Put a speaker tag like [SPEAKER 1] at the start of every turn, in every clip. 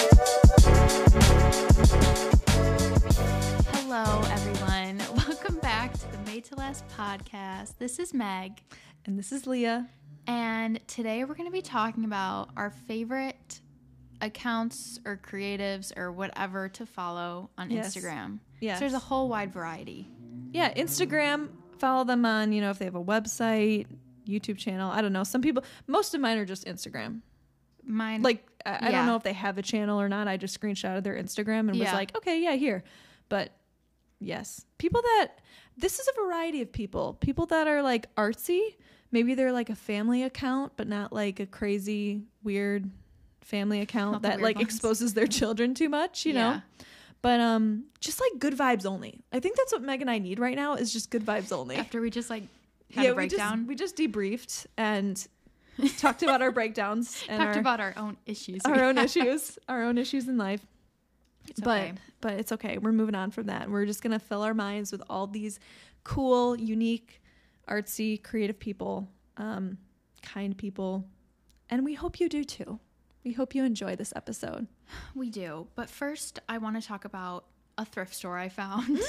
[SPEAKER 1] Less podcast. This is Meg,
[SPEAKER 2] And this is Leah.
[SPEAKER 1] and today we're going to be talking about our favorite accounts or creatives or whatever to follow on
[SPEAKER 2] Yes.
[SPEAKER 1] Instagram.
[SPEAKER 2] Yes.
[SPEAKER 1] So there's a whole wide variety.
[SPEAKER 2] Yeah, Instagram, follow them on, you know, if they have a website, YouTube channel. I don't know. Some people, most of mine are just Instagram.
[SPEAKER 1] Mine
[SPEAKER 2] Like, I, I
[SPEAKER 1] Yeah.
[SPEAKER 2] don't know if they have a channel or not. I just screenshotted their Instagram and was
[SPEAKER 1] Yeah.
[SPEAKER 2] like, okay, yeah, here. But yes, people that, this is a variety of people. People that are like artsy. Maybe they're like a family account, but not like a crazy, weird family account
[SPEAKER 1] Not the
[SPEAKER 2] that
[SPEAKER 1] weird
[SPEAKER 2] like
[SPEAKER 1] ones.
[SPEAKER 2] exposes their children too much, you know?
[SPEAKER 1] Yeah.
[SPEAKER 2] But um, just like good vibes only. I think that's what Meg and I need right now is just good vibes only.
[SPEAKER 1] after we just like had a breakdown,
[SPEAKER 2] we just we just debriefed and talked about our breakdowns and
[SPEAKER 1] talked
[SPEAKER 2] our,
[SPEAKER 1] about our own issues.
[SPEAKER 2] our
[SPEAKER 1] we
[SPEAKER 2] own
[SPEAKER 1] had.
[SPEAKER 2] issues, our own issues in life.
[SPEAKER 1] It's
[SPEAKER 2] but
[SPEAKER 1] okay.
[SPEAKER 2] but it's okay. We're moving on from that. We're just gonna fill our minds with all these cool, unique, artsy, creative people, um, kind people, and we hope you do too. We hope you enjoy this episode.
[SPEAKER 1] We do. But first, I want to talk about a thrift store I found.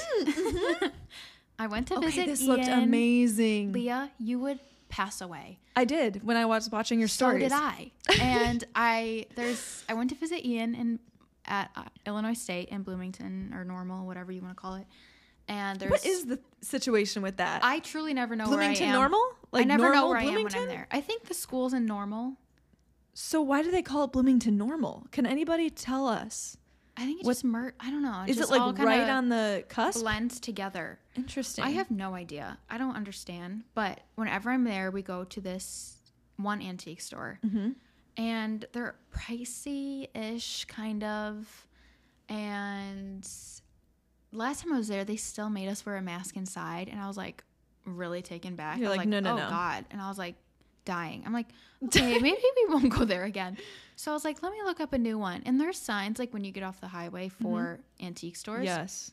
[SPEAKER 1] I went to visit
[SPEAKER 2] Mm, mm-hmm. this
[SPEAKER 1] Ian.
[SPEAKER 2] looked amazing.
[SPEAKER 1] Leah, you would pass away.
[SPEAKER 2] I did when I was watching your stories.
[SPEAKER 1] So did I. And I there's I went to visit Ian in at uh, Illinois State in Bloomington or Normal, whatever you want to call it. And there's
[SPEAKER 2] What is the situation with that?
[SPEAKER 1] I truly never know
[SPEAKER 2] Bloomington
[SPEAKER 1] where I am.
[SPEAKER 2] normal?
[SPEAKER 1] I never know
[SPEAKER 2] normal
[SPEAKER 1] where I am when I'm there. I think the school's in Normal.
[SPEAKER 2] So why do they call it Bloomington normal? Can anybody tell us?
[SPEAKER 1] I think it
[SPEAKER 2] What-
[SPEAKER 1] just mer- I don't know.
[SPEAKER 2] Is
[SPEAKER 1] just
[SPEAKER 2] it
[SPEAKER 1] all
[SPEAKER 2] like
[SPEAKER 1] kinda
[SPEAKER 2] right on the cusp?
[SPEAKER 1] blends together?
[SPEAKER 2] Interesting.
[SPEAKER 1] I have no idea. I don't understand. But whenever I'm there, we go to this one antique store.
[SPEAKER 2] Mm-hmm.
[SPEAKER 1] And they're pricey ish, kind of. And last time I was there, they still made us wear a mask inside. And I was like, really taken back.
[SPEAKER 2] You're
[SPEAKER 1] I was
[SPEAKER 2] like, "No, no,
[SPEAKER 1] oh,
[SPEAKER 2] no."
[SPEAKER 1] God. And I was like, dying. I'm like, okay, maybe we won't go there again. So I was like, let me look up a new one. And there's signs like when you get off the highway
[SPEAKER 2] Mm-hmm.
[SPEAKER 1] for antique stores.
[SPEAKER 2] Yes.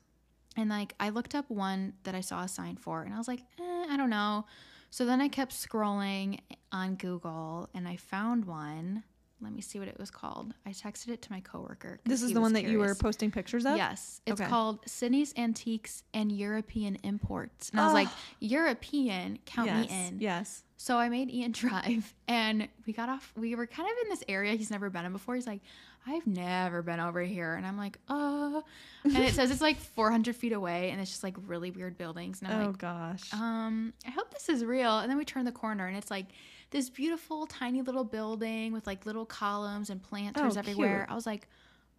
[SPEAKER 1] And like I looked up one that I saw a sign for and I was like, eh, I don't know. So then I kept scrolling on Google and I found one. Let me see what it was called. I texted it to my coworker. 'cause
[SPEAKER 2] This is
[SPEAKER 1] he
[SPEAKER 2] the
[SPEAKER 1] was
[SPEAKER 2] one that you were
[SPEAKER 1] curious.
[SPEAKER 2] posting pictures of.
[SPEAKER 1] Yes. It's
[SPEAKER 2] Okay.
[SPEAKER 1] called Sydney's Antiques and European Imports. And I was like, European, count
[SPEAKER 2] Ah. Yes.
[SPEAKER 1] Oh, me in.
[SPEAKER 2] Yes.
[SPEAKER 1] So I made Ian drive and we got off. We were kind of in this area he's never been in before. He's like, I've never been over here. And I'm like, uh. And it says it's like 400 feet away and it's just like really weird buildings. And I'm
[SPEAKER 2] oh
[SPEAKER 1] like,
[SPEAKER 2] gosh.
[SPEAKER 1] um, I hope this is real. And then we turn the corner and it's like this beautiful tiny little building with like little columns and planters
[SPEAKER 2] Oh,
[SPEAKER 1] everywhere.
[SPEAKER 2] cute.
[SPEAKER 1] I was like,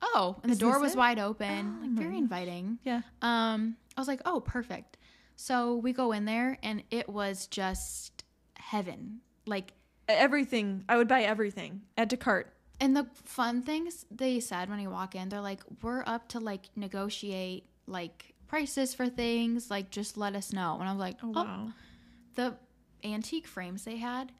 [SPEAKER 1] oh. And the
[SPEAKER 2] Is
[SPEAKER 1] door
[SPEAKER 2] this
[SPEAKER 1] was
[SPEAKER 2] it?
[SPEAKER 1] wide open,
[SPEAKER 2] Oh
[SPEAKER 1] like
[SPEAKER 2] my
[SPEAKER 1] very inviting.
[SPEAKER 2] yeah.
[SPEAKER 1] Um, I was like, oh, perfect. So we go in there, and it was just heaven. Like,
[SPEAKER 2] E, Everything. I would buy everything. Add to cart.
[SPEAKER 1] and the fun things they said when you walk in, they're like, we're up to like negotiate like prices for things. Like, just let us know. And I was like, oh, the antique frames they had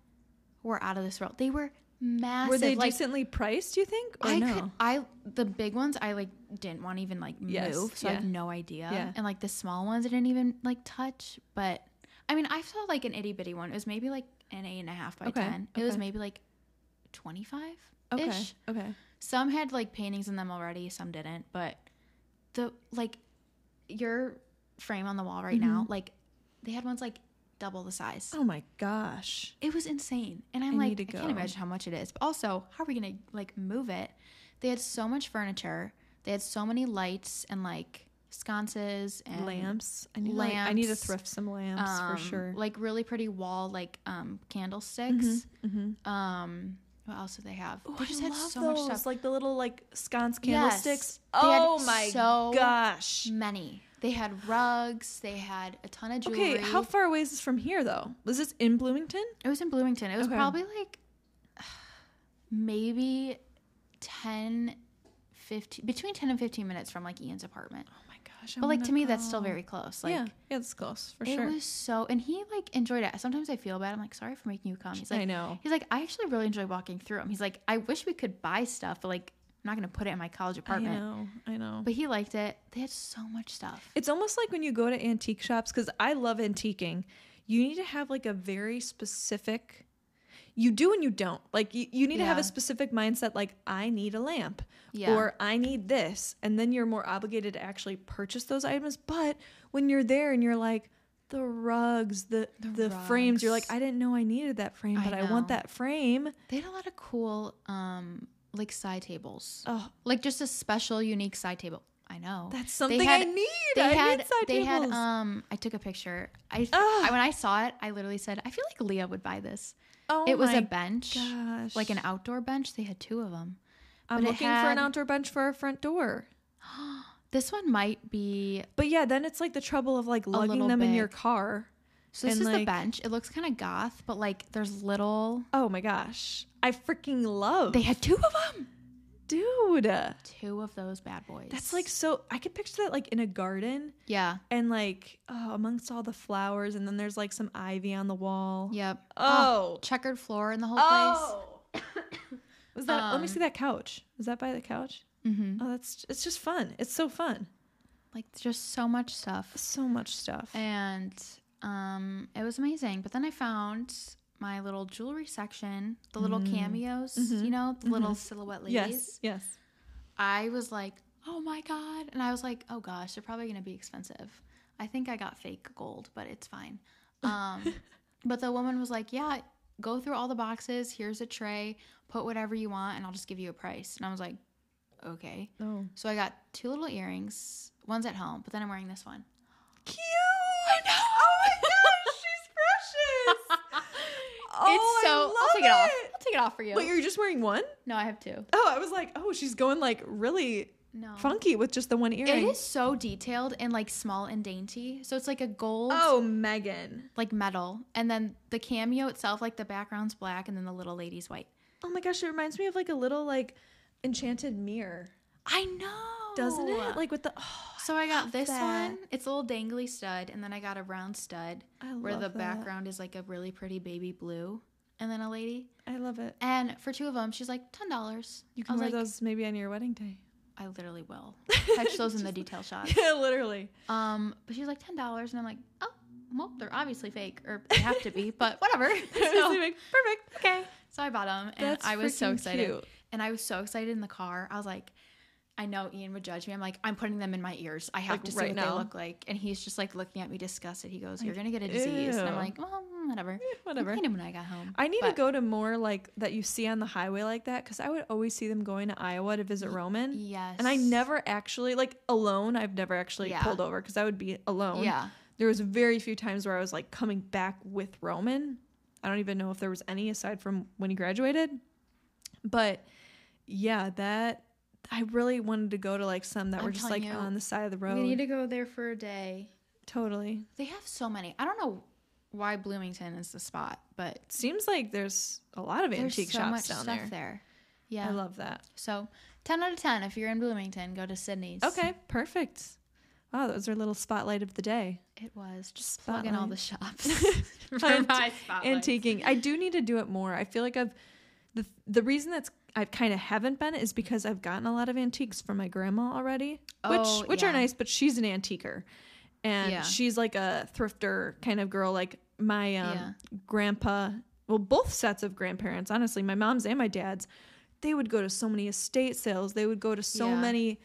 [SPEAKER 1] were out of this world. They were massive.
[SPEAKER 2] Were they
[SPEAKER 1] like,
[SPEAKER 2] decently priced? Do you think? Or
[SPEAKER 1] I
[SPEAKER 2] no?
[SPEAKER 1] could I the big ones I like didn't want to even like move,
[SPEAKER 2] Yes,
[SPEAKER 1] so I have
[SPEAKER 2] yeah.
[SPEAKER 1] no idea.
[SPEAKER 2] Yeah.
[SPEAKER 1] And like the small ones I didn't even like touch, but I mean I saw like an itty bitty one. It was maybe like an eight and a half by
[SPEAKER 2] Okay,
[SPEAKER 1] ten. It was
[SPEAKER 2] okay.
[SPEAKER 1] maybe like twenty five ish.
[SPEAKER 2] Okay. Okay.
[SPEAKER 1] Some had like paintings in them already, some didn't, but the like your frame on the wall right now,
[SPEAKER 2] Mm-hmm.
[SPEAKER 1] like they had ones like double the size.
[SPEAKER 2] Oh my gosh.
[SPEAKER 1] It was insane. And I'm
[SPEAKER 2] I
[SPEAKER 1] like,
[SPEAKER 2] need to
[SPEAKER 1] I can't
[SPEAKER 2] go.
[SPEAKER 1] imagine how much it is. But also, how are we gonna like move it? They had so much furniture. They had so many lights and like sconces and
[SPEAKER 2] Lamps. I need. like, I need to
[SPEAKER 1] lamps,
[SPEAKER 2] thrift some lamps for
[SPEAKER 1] um,
[SPEAKER 2] sure.
[SPEAKER 1] Like really pretty wall like um candlesticks.
[SPEAKER 2] Mm-hmm.
[SPEAKER 1] Um what else did they have?
[SPEAKER 2] Ooh,
[SPEAKER 1] they
[SPEAKER 2] Oh, I
[SPEAKER 1] just
[SPEAKER 2] love
[SPEAKER 1] had so
[SPEAKER 2] those,
[SPEAKER 1] much stuff.
[SPEAKER 2] like the little like sconce
[SPEAKER 1] Yes.
[SPEAKER 2] candlesticks.
[SPEAKER 1] They had
[SPEAKER 2] Oh my
[SPEAKER 1] so
[SPEAKER 2] gosh!
[SPEAKER 1] Many. They had rugs, they had a ton of jewelry.
[SPEAKER 2] Okay, how far away is this from here though? Was this in Bloomington?
[SPEAKER 1] It was in Bloomington. It was
[SPEAKER 2] Okay.
[SPEAKER 1] probably like maybe 10, 15, between 10 and 15 minutes from like Ian's apartment.
[SPEAKER 2] Oh my gosh!
[SPEAKER 1] But like to me, that's still very close. Like,
[SPEAKER 2] yeah, yeah, it's close for
[SPEAKER 1] it
[SPEAKER 2] sure.
[SPEAKER 1] was so, and he like enjoyed it. Sometimes I feel bad. I'm like, sorry for making you come. He's like,
[SPEAKER 2] I know.
[SPEAKER 1] He's like, I actually really enjoy walking through them. He's like, I wish we could buy stuff, but like, I'm not going to put it in my college
[SPEAKER 2] I
[SPEAKER 1] apartment.
[SPEAKER 2] know. I know.
[SPEAKER 1] But he liked it. They had so much stuff.
[SPEAKER 2] It's almost like when you go to antique shops because I love antiquing. You need to have like a very specific. You do and you don't. Like you, you need to have
[SPEAKER 1] Yeah.
[SPEAKER 2] a specific mindset. Like I need a lamp,
[SPEAKER 1] Yeah.
[SPEAKER 2] or I need this, and then you're more obligated to actually purchase those items. But when you're there and you're like, the rugs, the
[SPEAKER 1] The
[SPEAKER 2] the, frames. You're like,
[SPEAKER 1] rugs.
[SPEAKER 2] I didn't know I needed that frame,
[SPEAKER 1] I
[SPEAKER 2] but I want
[SPEAKER 1] know.
[SPEAKER 2] that frame.
[SPEAKER 1] They had a lot of cool, um, like side tables,
[SPEAKER 2] Oh,
[SPEAKER 1] like just a special, unique side table. I know.
[SPEAKER 2] that's something I
[SPEAKER 1] had-
[SPEAKER 2] need.
[SPEAKER 1] they
[SPEAKER 2] I
[SPEAKER 1] had
[SPEAKER 2] need side
[SPEAKER 1] they
[SPEAKER 2] tables.
[SPEAKER 1] had um I took a picture. I,
[SPEAKER 2] Ugh.
[SPEAKER 1] I when I saw it, I literally said, I feel like Leah would buy this.
[SPEAKER 2] oh
[SPEAKER 1] it was
[SPEAKER 2] my
[SPEAKER 1] a bench,
[SPEAKER 2] gosh.
[SPEAKER 1] like an outdoor bench. They had two of them.
[SPEAKER 2] I'm
[SPEAKER 1] but it
[SPEAKER 2] looking for
[SPEAKER 1] had-
[SPEAKER 2] an outdoor bench for our front door.
[SPEAKER 1] This one might be
[SPEAKER 2] But yeah, then it's like the trouble of like lugging
[SPEAKER 1] little
[SPEAKER 2] them in
[SPEAKER 1] bit.
[SPEAKER 2] your car.
[SPEAKER 1] so this
[SPEAKER 2] And,
[SPEAKER 1] is the
[SPEAKER 2] like-
[SPEAKER 1] bench. It looks kind of goth, but like there's little
[SPEAKER 2] Oh my gosh. I freaking love.
[SPEAKER 1] They had two of them.
[SPEAKER 2] Dude.
[SPEAKER 1] Two of those bad boys.
[SPEAKER 2] That's like so I could picture that like in a garden
[SPEAKER 1] yeah.
[SPEAKER 2] and like oh, amongst all the flowers and then there's like some ivy on the wall.
[SPEAKER 1] Yep.
[SPEAKER 2] Oh.
[SPEAKER 1] checkered floor in the whole
[SPEAKER 2] Was that let me
[SPEAKER 1] Um,
[SPEAKER 2] see that couch. Was that by the couch?
[SPEAKER 1] place. hmm
[SPEAKER 2] Oh, that's it's just fun. It's so fun.
[SPEAKER 1] Like just so much stuff.
[SPEAKER 2] So much stuff.
[SPEAKER 1] and um, it was amazing. But then I found my little jewelry section, the little cameos, you know, the little silhouette ladies.
[SPEAKER 2] yes. Yes.
[SPEAKER 1] I was like, oh my god, and I was like, oh gosh, they're probably gonna be expensive. I think I got fake gold, but it's fine. Um, but the woman was like, yeah, go through all the boxes. Here's a tray. Put whatever you want, and I'll just give you a price. And I was like, okay.
[SPEAKER 2] Oh.
[SPEAKER 1] So I got two little earrings. One's at home, but then I'm wearing this one.
[SPEAKER 2] Cute. I know. Oh my gosh, she's precious. Oh,
[SPEAKER 1] it's so.
[SPEAKER 2] I
[SPEAKER 1] I
[SPEAKER 2] love
[SPEAKER 1] will take it off.
[SPEAKER 2] it.
[SPEAKER 1] I'll take it off for you.
[SPEAKER 2] Wait, you're just wearing one?
[SPEAKER 1] no, I have two.
[SPEAKER 2] Oh, I was like, oh, she's going like really
[SPEAKER 1] No.
[SPEAKER 2] funky with just the one
[SPEAKER 1] It
[SPEAKER 2] earring.
[SPEAKER 1] is so detailed and like small and dainty. So it's like a gold,
[SPEAKER 2] Oh, Megan.
[SPEAKER 1] like metal, and then the cameo itself, like the background's black, and then the little lady's white.
[SPEAKER 2] Oh my gosh, it reminds me of like a little like enchanted mirror,
[SPEAKER 1] I know,
[SPEAKER 2] doesn't it? Like with the oh,
[SPEAKER 1] so I got this
[SPEAKER 2] that.
[SPEAKER 1] one. It's a little dangly stud, and then I got a round stud
[SPEAKER 2] I
[SPEAKER 1] where
[SPEAKER 2] love
[SPEAKER 1] the
[SPEAKER 2] that.
[SPEAKER 1] background is like a really pretty baby blue, and then a lady.
[SPEAKER 2] I love it.
[SPEAKER 1] And for two of them, she's like ten dollars.
[SPEAKER 2] You can
[SPEAKER 1] I was
[SPEAKER 2] wear
[SPEAKER 1] like,
[SPEAKER 2] those maybe on your wedding day.
[SPEAKER 1] I literally will catch those in the detail shot.
[SPEAKER 2] yeah, literally.
[SPEAKER 1] Um, but she's like ten dollars, and I'm like, oh, well, they're obviously fake, or they have to be, but whatever. So-
[SPEAKER 2] Perfect.
[SPEAKER 1] okay. So I bought them, and
[SPEAKER 2] That's
[SPEAKER 1] I was so
[SPEAKER 2] freaking
[SPEAKER 1] excited.
[SPEAKER 2] cute.
[SPEAKER 1] And I was so excited in the car. I was like, I know Ian would judge me. I'm like, I'm putting them in my ears. I have
[SPEAKER 2] Like,
[SPEAKER 1] to see
[SPEAKER 2] right
[SPEAKER 1] what
[SPEAKER 2] now.
[SPEAKER 1] they look like. And he's just like looking at me disgusted. He goes, "You're gonna get a disease." And I'm
[SPEAKER 2] ew. Eh,
[SPEAKER 1] like, well, whatever.
[SPEAKER 2] whatever.
[SPEAKER 1] I him when I got home.
[SPEAKER 2] I need to
[SPEAKER 1] But-
[SPEAKER 2] go to more like that you see on the highway like that because I would always see them going to Iowa to visit Roman.
[SPEAKER 1] Yes.
[SPEAKER 2] And I never actually like alone. I've never actually
[SPEAKER 1] Yeah.
[SPEAKER 2] pulled over because I would be alone.
[SPEAKER 1] Yeah.
[SPEAKER 2] There was very few times where I was like coming back with Roman. I don't even know if there was any aside from when he graduated. But yeah, that I really wanted to go to like some that
[SPEAKER 1] I'm
[SPEAKER 2] were just
[SPEAKER 1] telling
[SPEAKER 2] like
[SPEAKER 1] you,
[SPEAKER 2] on the side of the road.
[SPEAKER 1] We need to go there for a day.
[SPEAKER 2] totally.
[SPEAKER 1] They have so many. I don't know why Bloomington is the spot, but
[SPEAKER 2] Seems like there's a lot of
[SPEAKER 1] there's
[SPEAKER 2] antique
[SPEAKER 1] so
[SPEAKER 2] shops
[SPEAKER 1] much
[SPEAKER 2] down
[SPEAKER 1] stuff
[SPEAKER 2] there.
[SPEAKER 1] there. Yeah.
[SPEAKER 2] I love that.
[SPEAKER 1] so 10 out of 10 if you're in Bloomington, go to Sydney's.
[SPEAKER 2] Okay, perfect. Wow, that was our little spotlight of the day.
[SPEAKER 1] It was just plugging all the shops. for
[SPEAKER 2] Ant-
[SPEAKER 1] my spotlights.
[SPEAKER 2] Antiquing. I do need to do it more. I feel like I've the the reason that's I've kind of haven't been is because I've gotten a lot of antiques from my grandma already, which
[SPEAKER 1] Oh,
[SPEAKER 2] which are
[SPEAKER 1] yeah.
[SPEAKER 2] nice. But she's an antiquer, and
[SPEAKER 1] Yeah.
[SPEAKER 2] she's like a thrifter kind of girl. Like my um,
[SPEAKER 1] Yeah.
[SPEAKER 2] grandpa, well, both sets of grandparents, honestly, my mom's and my dad's, they would go to so many estate sales. They would go to so
[SPEAKER 1] Yeah.
[SPEAKER 2] many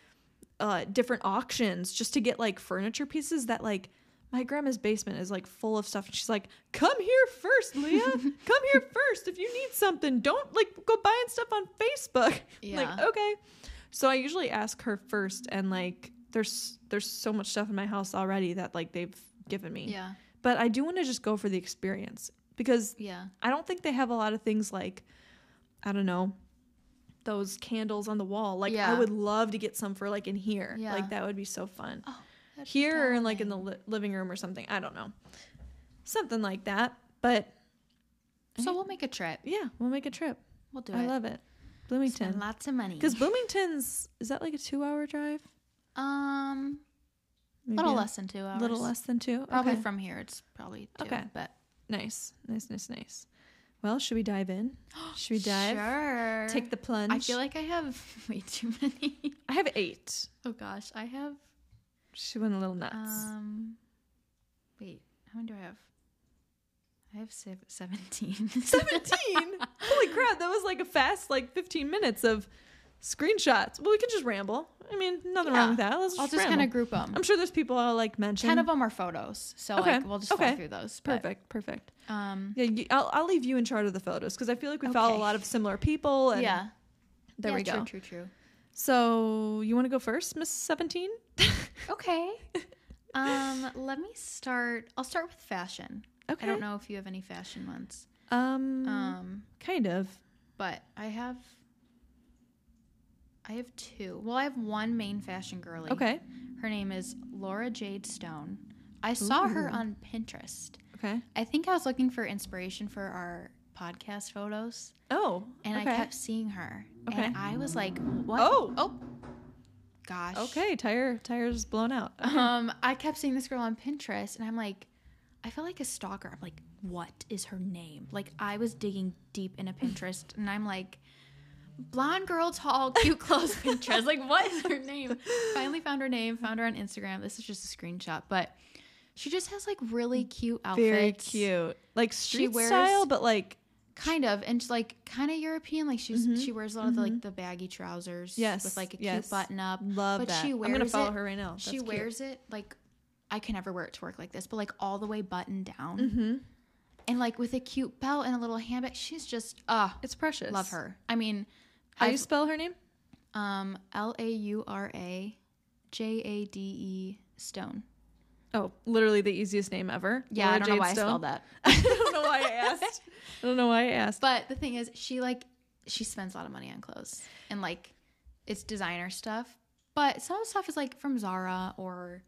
[SPEAKER 2] uh, different auctions just to get like furniture pieces that like my grandma's basement is like full of stuff. And she's like, come here first, Leah. come here first. If you need something, don't like go buying stuff on Facebook. Like,
[SPEAKER 1] Yeah.
[SPEAKER 2] okay. So I usually ask her first and like there's there's so much stuff in my house already that like they've given me.
[SPEAKER 1] Yeah.
[SPEAKER 2] But I do want to just go for the experience because
[SPEAKER 1] Yeah.
[SPEAKER 2] I don't think they have a lot of things like, I don't know, those candles on the wall. Like I
[SPEAKER 1] Yeah.
[SPEAKER 2] would love to get some for like in here.
[SPEAKER 1] Yeah.
[SPEAKER 2] Like that would be so fun.
[SPEAKER 1] Oh, that'd be
[SPEAKER 2] here or in like in
[SPEAKER 1] um,
[SPEAKER 2] the li- living room or something. I don't know, something like that. But
[SPEAKER 1] So we'll make a trip.
[SPEAKER 2] yeah, we'll make a trip.
[SPEAKER 1] We'll do
[SPEAKER 2] eh? I
[SPEAKER 1] it.
[SPEAKER 2] love it,
[SPEAKER 1] Spend
[SPEAKER 2] Bloomington.
[SPEAKER 1] lots of money.
[SPEAKER 2] Because Bloomington's is that like a two-hour drive?
[SPEAKER 1] um,
[SPEAKER 2] Maybe
[SPEAKER 1] little
[SPEAKER 2] a
[SPEAKER 1] less than two hours.
[SPEAKER 2] little less than two.
[SPEAKER 1] Probably
[SPEAKER 2] Okay.
[SPEAKER 1] from here, it's probably two.
[SPEAKER 2] Okay.
[SPEAKER 1] But
[SPEAKER 2] nice, nice, nice, nice. Well, should we dive in? Should we dive?
[SPEAKER 1] Sure.
[SPEAKER 2] Take the plunge.
[SPEAKER 1] I feel like I have way too many.
[SPEAKER 2] I have eight.
[SPEAKER 1] oh gosh, I have.
[SPEAKER 2] She went a little nuts.
[SPEAKER 1] Um, wait, how many do I have? I have sev- seventeen.
[SPEAKER 2] 17 holy crap that was like a fast like 15 minutes of Screenshots. Well, we can just ramble. I mean, nothing wrong with that. Let's
[SPEAKER 1] I'll
[SPEAKER 2] just,
[SPEAKER 1] just kind
[SPEAKER 2] ramble.
[SPEAKER 1] of group them.
[SPEAKER 2] I'm sure there's people I'll like mention.
[SPEAKER 1] Ten of them are photos, so
[SPEAKER 2] Okay,
[SPEAKER 1] like we'll just
[SPEAKER 2] okay,
[SPEAKER 1] go through those. but,
[SPEAKER 2] Perfect. Perfect.
[SPEAKER 1] um,
[SPEAKER 2] Yeah, you, I'll, I'll leave you in charge of the photos because I feel like we follow a
[SPEAKER 1] Okay.
[SPEAKER 2] lot of similar people. And
[SPEAKER 1] yeah.
[SPEAKER 2] There
[SPEAKER 1] Yeah,
[SPEAKER 2] we go.
[SPEAKER 1] True, true, true.
[SPEAKER 2] So you want to go first, Miss Seventeen?
[SPEAKER 1] Okay. um, let me start. I'll start with fashion.
[SPEAKER 2] Okay.
[SPEAKER 1] I don't know if you have any fashion ones.
[SPEAKER 2] Um,
[SPEAKER 1] Um,
[SPEAKER 2] kind of.
[SPEAKER 1] but I have. I have two. Well, I have one main fashion girly.
[SPEAKER 2] Okay.
[SPEAKER 1] Her name is Laura Jade Stone. I saw her
[SPEAKER 2] Ooh.
[SPEAKER 1] on Pinterest.
[SPEAKER 2] Okay.
[SPEAKER 1] I think I was looking for inspiration for our podcast photos,
[SPEAKER 2] Oh.
[SPEAKER 1] and
[SPEAKER 2] okay.
[SPEAKER 1] I kept seeing her.
[SPEAKER 2] Okay.
[SPEAKER 1] And I was like, "What?
[SPEAKER 2] Oh.
[SPEAKER 1] oh, gosh."
[SPEAKER 2] Okay. Tire. Tire's blown out.
[SPEAKER 1] Um, I kept seeing this girl on Pinterest, and I'm like, I feel like a stalker. I'm like, what is her name? Like, I was digging deep into Pinterest, and I'm like, blonde girl, tall, cute clothes, Pinterest. Like, what is her name? Finally found her name. Found her on Instagram. This is just a screenshot, but she just has like really cute outfits.
[SPEAKER 2] Mm, Very cute. Like street
[SPEAKER 1] wears-
[SPEAKER 2] style, but like
[SPEAKER 1] kind of and she's like kind of european like she's
[SPEAKER 2] Mhm.
[SPEAKER 1] she wears a lot of the, like the baggy trousers
[SPEAKER 2] Yes,
[SPEAKER 1] with like a
[SPEAKER 2] yes.
[SPEAKER 1] cute button up
[SPEAKER 2] love
[SPEAKER 1] But
[SPEAKER 2] that.
[SPEAKER 1] she
[SPEAKER 2] I'm gonna
[SPEAKER 1] wears
[SPEAKER 2] follow
[SPEAKER 1] it-
[SPEAKER 2] her right now.
[SPEAKER 1] she wears it like i can never wear it to work like this but like all the way buttoned down
[SPEAKER 2] Mm-hmm.
[SPEAKER 1] and like with a cute belt and a little handbag she's just ah
[SPEAKER 2] It's precious.
[SPEAKER 1] love her i mean
[SPEAKER 2] How you
[SPEAKER 1] I've-
[SPEAKER 2] spell her name?
[SPEAKER 1] um l-a-u-r-a-j-a-d-e E stone
[SPEAKER 2] Oh, literally the easiest name ever.
[SPEAKER 1] yeah
[SPEAKER 2] Laura
[SPEAKER 1] i don't know
[SPEAKER 2] Jade
[SPEAKER 1] why
[SPEAKER 2] Stone.
[SPEAKER 1] i spelled that
[SPEAKER 2] I don't know why I asked. I don't know why I asked.
[SPEAKER 1] but the thing is she like she spends a lot of money on clothes and like it's designer stuff but some of the stuff is like from zara or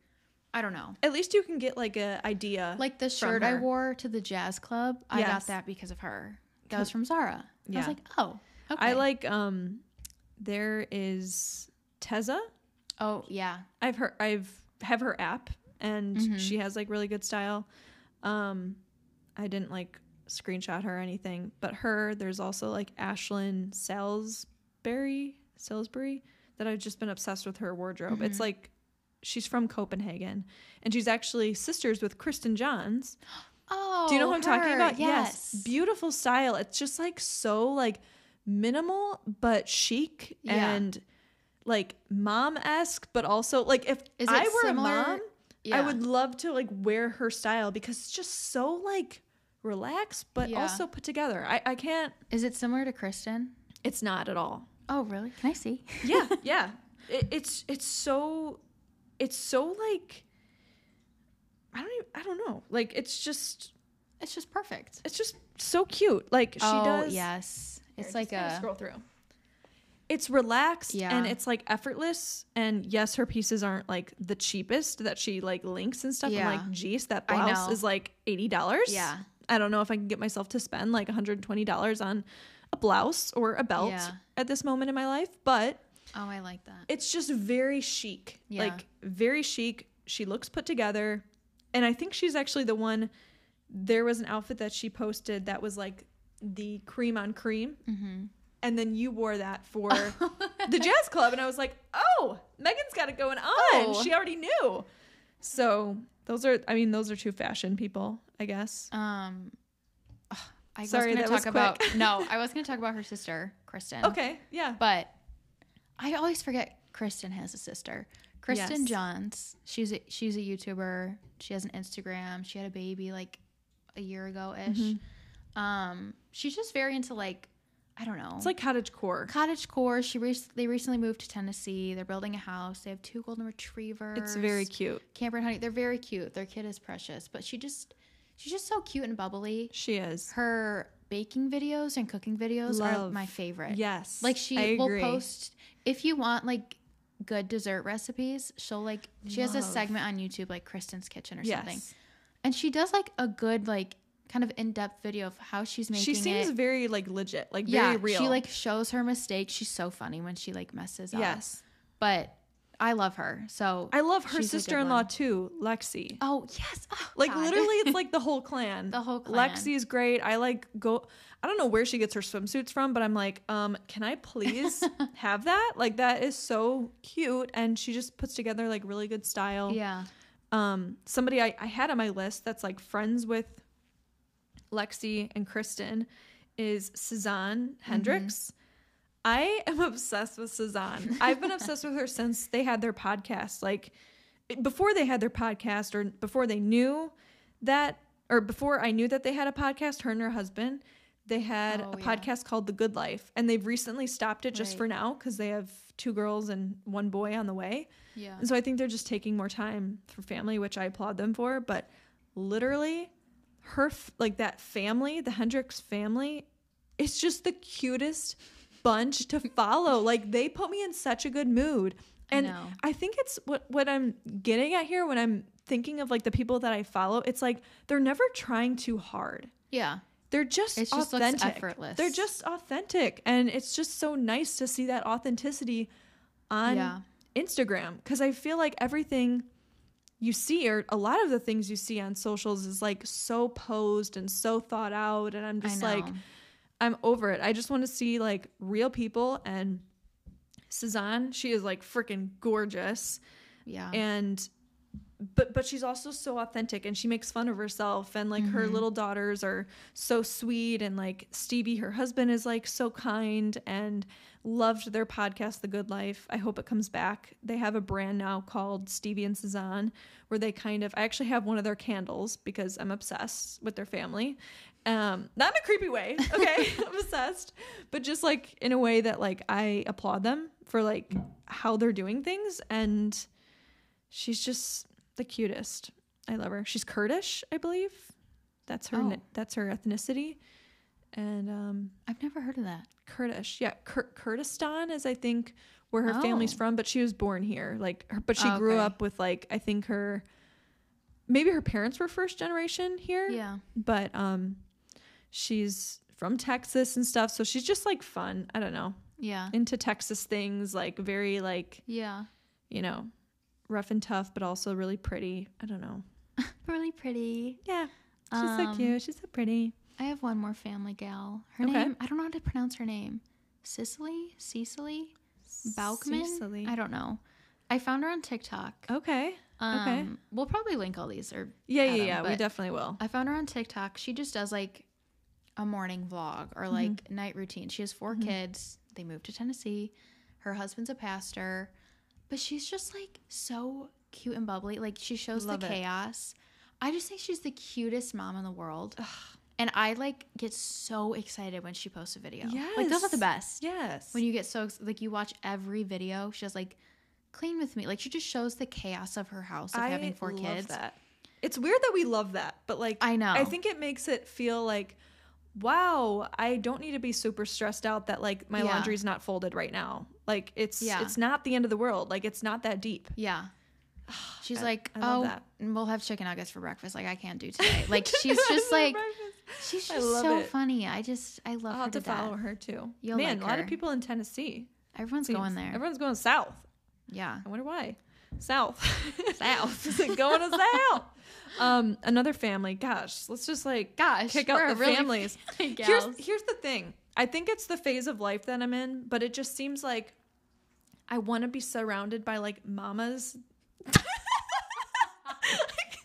[SPEAKER 1] i don't know
[SPEAKER 2] At least you can get like a idea.
[SPEAKER 1] Like the shirt I
[SPEAKER 2] her.
[SPEAKER 1] wore to the jazz club, I
[SPEAKER 2] Yes.
[SPEAKER 1] got that because of her. That was from Zara. I
[SPEAKER 2] Yeah.
[SPEAKER 1] was like, oh, okay.
[SPEAKER 2] I like um there is Teza.
[SPEAKER 1] Oh yeah,
[SPEAKER 2] I've heard I've have her app and
[SPEAKER 1] Mhm.
[SPEAKER 2] she has like really good style. Um I didn't like screenshot her or anything, but her there's also like Ashlyn Salisbury Salisbury that I've just been obsessed with her wardrobe.
[SPEAKER 1] Mm-hmm.
[SPEAKER 2] It's like she's from Copenhagen and she's actually sisters with Kristen Johns.
[SPEAKER 1] oh.
[SPEAKER 2] Do you know what I'm talking
[SPEAKER 1] her,
[SPEAKER 2] about?
[SPEAKER 1] Yes.
[SPEAKER 2] Beautiful style. It's just like so like minimal but chic
[SPEAKER 1] Yeah.
[SPEAKER 2] and like mom esque, but also like if
[SPEAKER 1] Is
[SPEAKER 2] I
[SPEAKER 1] it
[SPEAKER 2] were
[SPEAKER 1] similar?
[SPEAKER 2] a mom, I
[SPEAKER 1] Yeah.
[SPEAKER 2] would love to like wear her style because it's just so like relaxed but
[SPEAKER 1] Yeah.
[SPEAKER 2] also put together. I, I can't
[SPEAKER 1] Is it similar to Kristen?
[SPEAKER 2] it's not at all.
[SPEAKER 1] Oh really? Can I see?
[SPEAKER 2] Yeah, yeah. It, it's it's so it's so like I don't even I don't know. Like it's just
[SPEAKER 1] It's just perfect.
[SPEAKER 2] it's just so cute. Like she
[SPEAKER 1] oh
[SPEAKER 2] does
[SPEAKER 1] yes. It's
[SPEAKER 2] Here,
[SPEAKER 1] like
[SPEAKER 2] just kinda
[SPEAKER 1] a
[SPEAKER 2] scroll through. It's relaxed
[SPEAKER 1] Yeah.
[SPEAKER 2] and it's like effortless. And yes, her pieces aren't like the cheapest that she like links and stuff. I'm
[SPEAKER 1] Yeah.
[SPEAKER 2] like, geez, that
[SPEAKER 1] I
[SPEAKER 2] blouse
[SPEAKER 1] know.
[SPEAKER 2] is like eighty dollars.
[SPEAKER 1] yeah.
[SPEAKER 2] I don't know if I can get myself to spend like one hundred twenty dollars on a blouse or a belt
[SPEAKER 1] Yeah.
[SPEAKER 2] at this moment in my life, but
[SPEAKER 1] Oh, I like that.
[SPEAKER 2] it's just very chic.
[SPEAKER 1] Yeah.
[SPEAKER 2] Like very chic. She looks put together. And I think she's actually the one there was an outfit that she posted that was like the cream on cream
[SPEAKER 1] Mm-hmm.
[SPEAKER 2] and then you wore that for the jazz club and i was like oh megan's got it going on
[SPEAKER 1] Oh.
[SPEAKER 2] she already knew so those are i mean those are two fashion people i guess
[SPEAKER 1] um. ugh, I
[SPEAKER 2] Sorry,
[SPEAKER 1] was
[SPEAKER 2] that
[SPEAKER 1] gonna
[SPEAKER 2] was
[SPEAKER 1] talk about
[SPEAKER 2] quick.
[SPEAKER 1] no. I was gonna talk about her sister, Kristen.
[SPEAKER 2] okay yeah
[SPEAKER 1] But I always forget Kristen has a sister. Kristen
[SPEAKER 2] Yes.
[SPEAKER 1] Johns. She's a, she's a YouTuber. She has an Instagram. She had a baby like a year ago ish. Um, she's just very into like I don't know.
[SPEAKER 2] Mm-hmm. it's like cottage core
[SPEAKER 1] cottage core. She rec they recently moved to Tennessee. They're building a house. They have two golden retrievers.
[SPEAKER 2] it's very cute
[SPEAKER 1] Camper and Honey. They're very cute. Their kid is precious, but she just she's just so cute and bubbly.
[SPEAKER 2] she is
[SPEAKER 1] Her baking videos and cooking videos are
[SPEAKER 2] Love.
[SPEAKER 1] my favorite.
[SPEAKER 2] yes
[SPEAKER 1] Like she
[SPEAKER 2] I
[SPEAKER 1] will
[SPEAKER 2] agree.
[SPEAKER 1] post if you want like good dessert recipes, she'll like she has a
[SPEAKER 2] Love.
[SPEAKER 1] segment on YouTube like Kristen's Kitchen or
[SPEAKER 2] yes.
[SPEAKER 1] something. And she does like a good like kind of in-depth video of how she's making
[SPEAKER 2] she seems
[SPEAKER 1] it.
[SPEAKER 2] very like legit like
[SPEAKER 1] yeah,
[SPEAKER 2] very real
[SPEAKER 1] she like shows her mistakes. She's so funny when she like messes up.
[SPEAKER 2] yes
[SPEAKER 1] But I love her. So
[SPEAKER 2] i love
[SPEAKER 1] She's a
[SPEAKER 2] her
[SPEAKER 1] good
[SPEAKER 2] sister-in-law
[SPEAKER 1] one.
[SPEAKER 2] too lexi
[SPEAKER 1] Oh, yes. Oh,
[SPEAKER 2] Like
[SPEAKER 1] God.
[SPEAKER 2] literally, it's like the whole clan.
[SPEAKER 1] The whole clan.
[SPEAKER 2] Lexi's great. I like go. I don't know where she gets her swimsuits from, but I'm like, um, can I please have that? Like that is so cute, and she just puts together like really good style.
[SPEAKER 1] Yeah.
[SPEAKER 2] Um, somebody I, I had on my list that's like friends with
[SPEAKER 1] Mm-hmm.
[SPEAKER 2] Lexi and Kristen is Suzanne Hendricks. I am obsessed with Suzanne. I've been obsessed with her since they had their podcast. Like before they had their podcast or before they knew that or before I knew that they had a podcast, her and her husband, they had
[SPEAKER 1] Oh,
[SPEAKER 2] a
[SPEAKER 1] yeah.
[SPEAKER 2] podcast called The Good Life and they've recently stopped it just
[SPEAKER 1] Right.
[SPEAKER 2] for now cuz they have two girls and one boy on the way.
[SPEAKER 1] Yeah.
[SPEAKER 2] And so I think they're just taking more time for family, which I applaud them for. But literally, her f- like that family, the Hendrix family, it's just the cutest bunch to follow. like they put me in such a good mood,
[SPEAKER 1] I
[SPEAKER 2] and
[SPEAKER 1] know.
[SPEAKER 2] I think it's what what I'm getting at here when I'm thinking of like the people that I follow. It's like they're never trying too hard.
[SPEAKER 1] Yeah.
[SPEAKER 2] They're just
[SPEAKER 1] It just looks
[SPEAKER 2] authentic.
[SPEAKER 1] effortless.
[SPEAKER 2] They're just authentic, and it's just so nice to see that authenticity on
[SPEAKER 1] Yeah.
[SPEAKER 2] Instagram because I feel like everything you see or a lot of the things you see on socials is like so posed and so thought out and I'm
[SPEAKER 1] I
[SPEAKER 2] just like
[SPEAKER 1] know.
[SPEAKER 2] I'm over it. I just want to see like real people and Suzanne, she is like freaking gorgeous
[SPEAKER 1] yeah.
[SPEAKER 2] and but but she's also so authentic and she makes fun of herself and like her little daughters are so sweet and like Stevie her husband is like so kind and loved their podcast The Good Life. I hope it comes back. They have a brand now called Stevie and Suzanne where they kind of I actually have one of their candles because I'm obsessed with their family. Um not in a creepy way, okay? I'm obsessed, but just like in a way that like I applaud them for like how they're doing things and She's just the cutest. I love her. She's Kurdish, I believe. That's her.
[SPEAKER 1] Oh.
[SPEAKER 2] That's her ethnicity. And um,
[SPEAKER 1] I've never heard of that.
[SPEAKER 2] Kurdish, yeah, Kur- Kurdistan is I think where her family's
[SPEAKER 1] Oh.
[SPEAKER 2] from. But she was born here. Like, her, but she
[SPEAKER 1] Oh,
[SPEAKER 2] grew
[SPEAKER 1] okay.
[SPEAKER 2] up with like I think her, maybe her parents were first generation here.
[SPEAKER 1] Yeah.
[SPEAKER 2] But um, she's from Texas and stuff. So she's just like fun. I don't know
[SPEAKER 1] Yeah.
[SPEAKER 2] into Texas things. Like very like
[SPEAKER 1] Yeah.
[SPEAKER 2] you know, rough and tough, but also really pretty. I don't know.
[SPEAKER 1] Really pretty.
[SPEAKER 2] Yeah. She's so
[SPEAKER 1] Um,
[SPEAKER 2] cute. She's so pretty.
[SPEAKER 1] I have one more family gal. Her
[SPEAKER 2] Okay.
[SPEAKER 1] name, I don't know how to pronounce her name. Cicely? Cecily? Baukman?
[SPEAKER 2] Cecily.
[SPEAKER 1] I don't know. I found her on TikTok.
[SPEAKER 2] Okay.
[SPEAKER 1] Um,
[SPEAKER 2] okay.
[SPEAKER 1] We'll probably link all these. Or
[SPEAKER 2] Yeah, yeah,
[SPEAKER 1] Adam,
[SPEAKER 2] yeah. We
[SPEAKER 1] but-
[SPEAKER 2] definitely will.
[SPEAKER 1] I found her on TikTok. She just does like a morning vlog
[SPEAKER 2] Mm-hmm.
[SPEAKER 1] or like night routine. She has 4 kids. They moved to Tennessee. Her husband's a pastor, but she's just like so cute and bubbly. Like she shows
[SPEAKER 2] Love
[SPEAKER 1] the
[SPEAKER 2] it.
[SPEAKER 1] chaos. I just think she's the cutest mom in the world. And I like get so excited when she posts a video. Like those are the
[SPEAKER 2] Yes.
[SPEAKER 1] best.
[SPEAKER 2] Yes.
[SPEAKER 1] When you get so ex- like you watch every video, she does like clean with me. Like she just shows the chaos of her house of having four
[SPEAKER 2] love
[SPEAKER 1] kids.
[SPEAKER 2] That. It's weird that we love that, but like
[SPEAKER 1] I know.
[SPEAKER 2] I think it makes it feel like wow, I don't need to be super stressed out that like my
[SPEAKER 1] Yeah.
[SPEAKER 2] laundry's not folded right now. Like it's
[SPEAKER 1] Yeah.
[SPEAKER 2] it's not the end of the world. Like it's not that deep.
[SPEAKER 1] Yeah. She's
[SPEAKER 2] I-
[SPEAKER 1] like,
[SPEAKER 2] I love
[SPEAKER 1] oh,
[SPEAKER 2] that.
[SPEAKER 1] we'll have chicken nuggets for breakfast. Like, I can't do today. Like, she's just like, she's
[SPEAKER 2] I
[SPEAKER 1] just
[SPEAKER 2] love
[SPEAKER 1] so
[SPEAKER 2] it.
[SPEAKER 1] funny. I just, I love
[SPEAKER 2] I'll
[SPEAKER 1] her
[SPEAKER 2] have
[SPEAKER 1] to,
[SPEAKER 2] to follow
[SPEAKER 1] death.
[SPEAKER 2] her too.
[SPEAKER 1] You'll
[SPEAKER 2] Man,
[SPEAKER 1] like
[SPEAKER 2] a lot of
[SPEAKER 1] her.
[SPEAKER 2] people in Tennessee.
[SPEAKER 1] Everyone's
[SPEAKER 2] seems-
[SPEAKER 1] going there.
[SPEAKER 2] Everyone's going south.
[SPEAKER 1] yeah.
[SPEAKER 2] I wonder why. South.
[SPEAKER 1] South.
[SPEAKER 2] Is it going to south. Um, another family. Gosh, let's just like
[SPEAKER 1] Gosh,
[SPEAKER 2] kick
[SPEAKER 1] we're
[SPEAKER 2] out
[SPEAKER 1] a
[SPEAKER 2] the
[SPEAKER 1] really
[SPEAKER 2] families.
[SPEAKER 1] family gals.
[SPEAKER 2] Here's here's the thing. I think it's the phase of life that I'm in, but it just seems like I want to be surrounded by like mamas.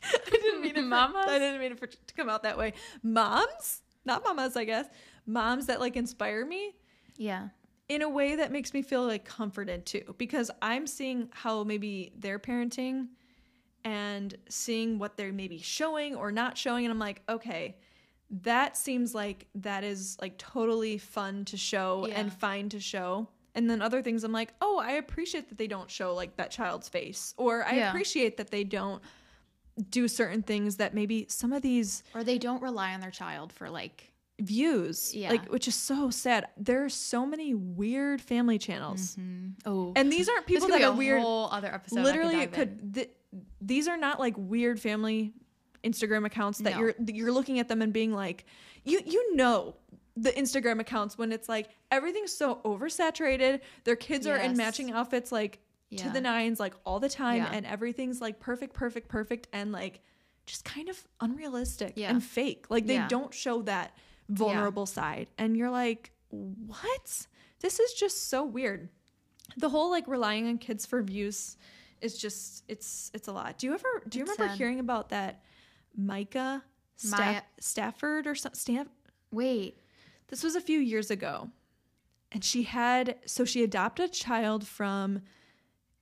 [SPEAKER 2] I didn't mean it. For,
[SPEAKER 1] Mamas?
[SPEAKER 2] I didn't mean it for, to come out that way. Moms, not mamas, I guess. Moms that like inspire me
[SPEAKER 1] Yeah.
[SPEAKER 2] in a way that makes me feel like comforted too because i'm seeing how maybe they're parenting and seeing what they're maybe showing or not showing and i'm like okay that seems like that is like totally fun to show
[SPEAKER 1] Yeah.
[SPEAKER 2] and fine to show and then other things i'm like oh i appreciate that they don't show like that child's face or i
[SPEAKER 1] Yeah.
[SPEAKER 2] appreciate that they don't do certain things that maybe some of these
[SPEAKER 1] Or they don't rely on their child for, like,
[SPEAKER 2] views
[SPEAKER 1] Yeah.
[SPEAKER 2] like which is so sad there are so many weird family channels
[SPEAKER 1] oh,
[SPEAKER 2] and these aren't
[SPEAKER 1] this
[SPEAKER 2] people
[SPEAKER 1] could
[SPEAKER 2] that
[SPEAKER 1] be
[SPEAKER 2] are
[SPEAKER 1] a
[SPEAKER 2] weird.
[SPEAKER 1] whole other episode. I
[SPEAKER 2] Literally,
[SPEAKER 1] dive
[SPEAKER 2] it could. Th- these are not like weird family Instagram accounts that
[SPEAKER 1] No.
[SPEAKER 2] you're that you're looking at them and being like, you you know the Instagram accounts when it's like everything's so oversaturated. Their kids are in
[SPEAKER 1] Yes.
[SPEAKER 2] matching outfits like to
[SPEAKER 1] Yeah.
[SPEAKER 2] the nines like all the time,
[SPEAKER 1] Yeah.
[SPEAKER 2] and everything's like perfect, perfect, perfect, and like just kind of unrealistic
[SPEAKER 1] Yeah.
[SPEAKER 2] and fake. Like they
[SPEAKER 1] Yeah.
[SPEAKER 2] don't show that vulnerable side, and you're like, what? This is just so weird the whole like relying on kids for views is just it's it's a lot. Do you ever do you
[SPEAKER 1] It's
[SPEAKER 2] remember
[SPEAKER 1] sad.
[SPEAKER 2] hearing about that Micah Staff-
[SPEAKER 1] Maya-
[SPEAKER 2] Stafford or something? Staff-
[SPEAKER 1] Wait.
[SPEAKER 2] this was a few years ago. and she had so she adopted a child from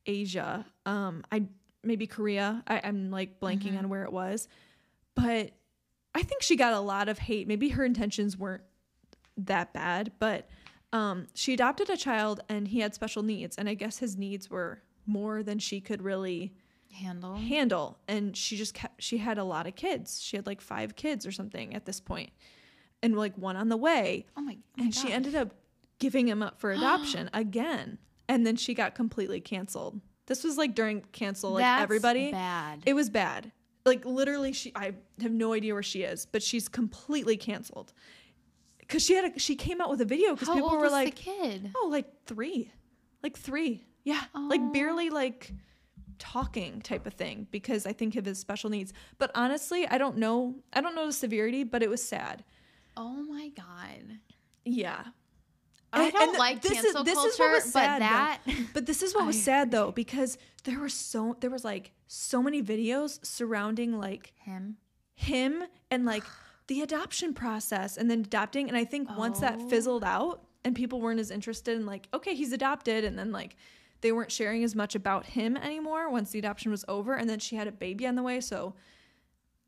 [SPEAKER 2] Asia. Um, I maybe Korea. I, I'm like blanking on where it was, but I think she got a lot of hate. Maybe her intentions weren't that bad, but um, she adopted a child and he had special needs, and I guess his needs were more than she could really
[SPEAKER 1] Handle. Oh
[SPEAKER 2] handle and she just kept she had a lot of kids she had like five kids or something at this point and like one on the way
[SPEAKER 1] Oh my. oh my
[SPEAKER 2] and she
[SPEAKER 1] God.
[SPEAKER 2] ended up giving him up for adoption again and then she got completely canceled this was like during cancel like
[SPEAKER 1] That's
[SPEAKER 2] everybody
[SPEAKER 1] Bad.
[SPEAKER 2] it was bad like literally she i have no idea where she is but she's completely canceled because she had a she came out with a video because
[SPEAKER 1] How
[SPEAKER 2] people
[SPEAKER 1] old
[SPEAKER 2] were
[SPEAKER 1] is
[SPEAKER 2] like
[SPEAKER 1] the kid?
[SPEAKER 2] Oh, like three. Like three. Yeah. Like
[SPEAKER 1] Oh.
[SPEAKER 2] barely like talking type of thing because I think of his special needs. But honestly, I don't know. I don't know the severity, but it was sad.
[SPEAKER 1] Oh my god.
[SPEAKER 2] Yeah.
[SPEAKER 1] I
[SPEAKER 2] And-
[SPEAKER 1] don't
[SPEAKER 2] and
[SPEAKER 1] like
[SPEAKER 2] this is-
[SPEAKER 1] cancel
[SPEAKER 2] this is what
[SPEAKER 1] culture,
[SPEAKER 2] was
[SPEAKER 1] but
[SPEAKER 2] sad,
[SPEAKER 1] that
[SPEAKER 2] though. But this is what was
[SPEAKER 1] I-
[SPEAKER 2] sad though because there were so there was like so many videos surrounding like
[SPEAKER 1] him.
[SPEAKER 2] him and like the adoption process and then adopting and i think once that
[SPEAKER 1] Oh.
[SPEAKER 2] fizzled out and people weren't as interested in like okay he's adopted and then like they weren't sharing as much about him anymore once the adoption was over and then she had a baby on the way so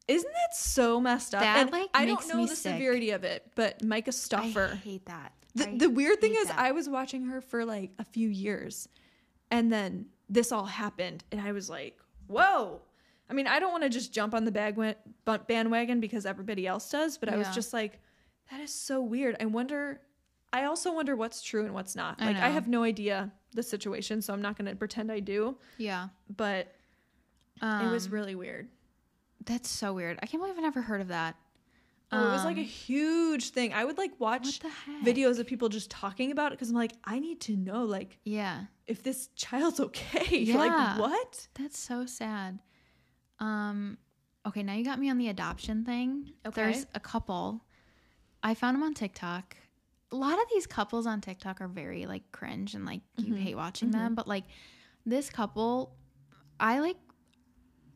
[SPEAKER 2] isn't that so messed up
[SPEAKER 1] That,
[SPEAKER 2] and
[SPEAKER 1] like,
[SPEAKER 2] i don't
[SPEAKER 1] makes
[SPEAKER 2] know
[SPEAKER 1] me
[SPEAKER 2] the
[SPEAKER 1] sick.
[SPEAKER 2] severity of it but micah
[SPEAKER 1] I
[SPEAKER 2] stoffer
[SPEAKER 1] hate that.
[SPEAKER 2] the,
[SPEAKER 1] I
[SPEAKER 2] the weird thing
[SPEAKER 1] hate
[SPEAKER 2] is
[SPEAKER 1] that.
[SPEAKER 2] i was watching her for like a few years and then this all happened and i was like whoa i mean i don't want to just jump on the bagwa- bu- bandwagon because everybody else does but i was
[SPEAKER 1] Yeah.
[SPEAKER 2] just like that is so weird i wonder i also wonder what's true and what's not
[SPEAKER 1] I
[SPEAKER 2] like i
[SPEAKER 1] know.
[SPEAKER 2] have no idea the situation so i'm not going to pretend i do
[SPEAKER 1] yeah.
[SPEAKER 2] but
[SPEAKER 1] Um,
[SPEAKER 2] it was really weird
[SPEAKER 1] That's so weird. I can't believe I never heard of that.
[SPEAKER 2] Oh, it was like a
[SPEAKER 1] Um,
[SPEAKER 2] huge thing i would like
[SPEAKER 1] what
[SPEAKER 2] watch
[SPEAKER 1] the heck?
[SPEAKER 2] videos of people just talking about it because i'm like i need to know like
[SPEAKER 1] Yeah,
[SPEAKER 2] if this child's okay.
[SPEAKER 1] Yeah.
[SPEAKER 2] Like what?
[SPEAKER 1] that's so sad. Um, okay, now you got me on the adoption thing. There's
[SPEAKER 2] Okay.
[SPEAKER 1] a couple. I found them on TikTok. A lot of these couples on TikTok are very like cringe and like you hate watching them, but like this couple, I like.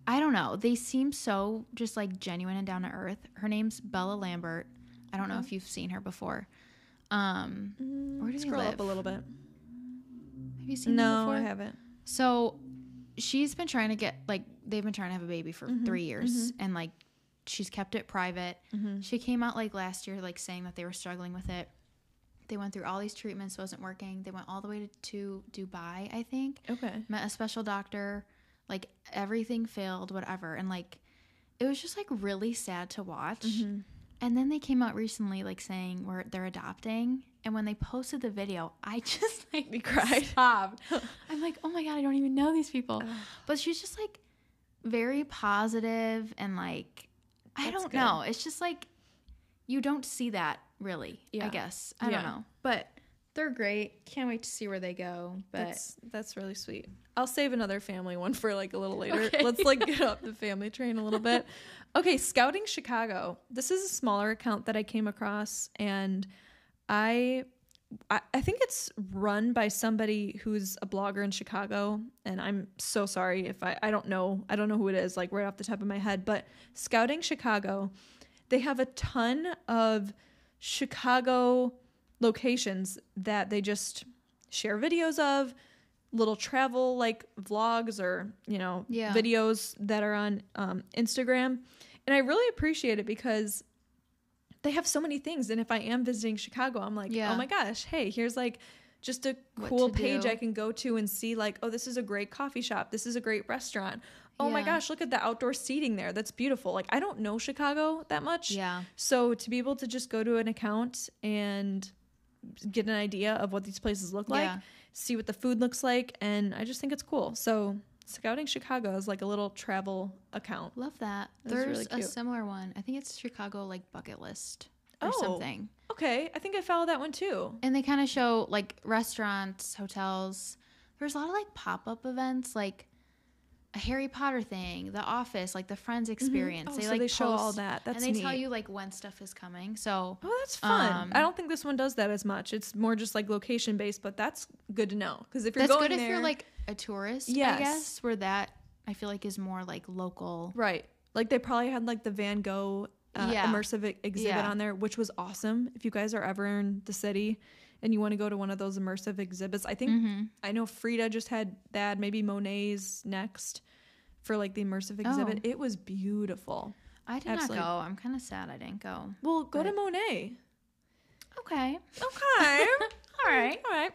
[SPEAKER 1] I don't know. They seem so just like genuine and down to earth. Her name's Bella Lambert. I don't know if you've seen her before. Um, where do they
[SPEAKER 2] Scroll
[SPEAKER 1] live?
[SPEAKER 2] up a little bit.
[SPEAKER 1] Have you seen them before?
[SPEAKER 2] haven't.
[SPEAKER 1] So she's been trying to get like they've been trying to have a baby for three years and like she's kept it private.
[SPEAKER 2] Mm-hmm.
[SPEAKER 1] She came out like last year like saying that they were struggling with it. They went through all these treatments, wasn't working. They went all the way to, to Dubai, I think.
[SPEAKER 2] Okay.
[SPEAKER 1] Met a special doctor, like everything failed, whatever. And like it was just like really sad to watch. And then they came out recently like saying we're they're adopting. And when they posted the video, I just like
[SPEAKER 2] You cried.
[SPEAKER 1] sobbed. I'm like, oh my god, I don't even know these people. But she's just like very positive and like I
[SPEAKER 2] That's
[SPEAKER 1] don't
[SPEAKER 2] good.
[SPEAKER 1] know. It's just like you don't see that really. I
[SPEAKER 2] Yeah.
[SPEAKER 1] guess I
[SPEAKER 2] Yeah.
[SPEAKER 1] don't know, but they're great. Can't wait to see where they go. But
[SPEAKER 2] That's that's really sweet. I'll save another family one for like a little later.
[SPEAKER 1] Okay.
[SPEAKER 2] Let's like get up the family train a little bit. Okay, Scouting Chicago. This is a smaller account that I came across and I I, I think it's run by somebody who's a blogger in Chicago, and I'm so sorry if I I don't know I don't know who it is like right off the top of my head, but Scouting Chicago, they have a ton of Chicago locations that they just share videos of, little travel like vlogs or you know
[SPEAKER 1] Yeah.
[SPEAKER 2] videos that are on um, Instagram, and I really appreciate it because they have so many things. And if I am visiting Chicago, I'm like,
[SPEAKER 1] Yeah.
[SPEAKER 2] oh my gosh, hey, here's like just a
[SPEAKER 1] What
[SPEAKER 2] cool
[SPEAKER 1] to
[SPEAKER 2] page
[SPEAKER 1] do.
[SPEAKER 2] I can go to and see like, oh, this is a great coffee shop. This is a great restaurant. Oh my
[SPEAKER 1] Yeah.
[SPEAKER 2] gosh, look at the outdoor seating there. That's beautiful. Like I don't know Chicago that much.
[SPEAKER 1] yeah,
[SPEAKER 2] So to be able to just go to an account and get an idea of what these places look like,
[SPEAKER 1] Yeah.
[SPEAKER 2] see what the food looks like, and I just think it's cool. So Scouting Chicago is like a little travel account.
[SPEAKER 1] love that.
[SPEAKER 2] That's
[SPEAKER 1] There's
[SPEAKER 2] really
[SPEAKER 1] a
[SPEAKER 2] cute.
[SPEAKER 1] similar one. I think it's Chicago like bucket list or
[SPEAKER 2] Oh.
[SPEAKER 1] something.
[SPEAKER 2] Okay, I think I follow that one too.
[SPEAKER 1] And they kind of show like restaurants, hotels. There's a lot of like pop up events, like a Harry Potter thing, The Office, like the Friends experience.
[SPEAKER 2] Oh,
[SPEAKER 1] They
[SPEAKER 2] so
[SPEAKER 1] like
[SPEAKER 2] they show all
[SPEAKER 1] post-
[SPEAKER 2] that. That's
[SPEAKER 1] and they tell
[SPEAKER 2] neat.
[SPEAKER 1] you like when stuff is coming. So
[SPEAKER 2] Oh, that's fun.
[SPEAKER 1] Um,
[SPEAKER 2] I don't think this one does that as much. It's more just like location based, but that's good to know because if you're
[SPEAKER 1] that's
[SPEAKER 2] going
[SPEAKER 1] good
[SPEAKER 2] there,
[SPEAKER 1] if you're like a tourist. I
[SPEAKER 2] Yes.
[SPEAKER 1] guess where that I feel like is more like local.
[SPEAKER 2] right, like they probably had like the Van Gogh uh,
[SPEAKER 1] Yeah.
[SPEAKER 2] immersive e- exhibit
[SPEAKER 1] Yeah.
[SPEAKER 2] on there, which was awesome. If you guys are ever in the city, and you want to go to one of those immersive exhibits, I think
[SPEAKER 1] Mm-hmm.
[SPEAKER 2] I know Frida just had that. Maybe Monet's next for like the immersive
[SPEAKER 1] Oh.
[SPEAKER 2] exhibit. It was beautiful.
[SPEAKER 1] I did
[SPEAKER 2] Absolutely.
[SPEAKER 1] not go. I'm kind of sad I didn't go.
[SPEAKER 2] Well, go to
[SPEAKER 1] But-
[SPEAKER 2] Monet.
[SPEAKER 1] Okay.
[SPEAKER 2] Okay.
[SPEAKER 1] All right.
[SPEAKER 2] All right.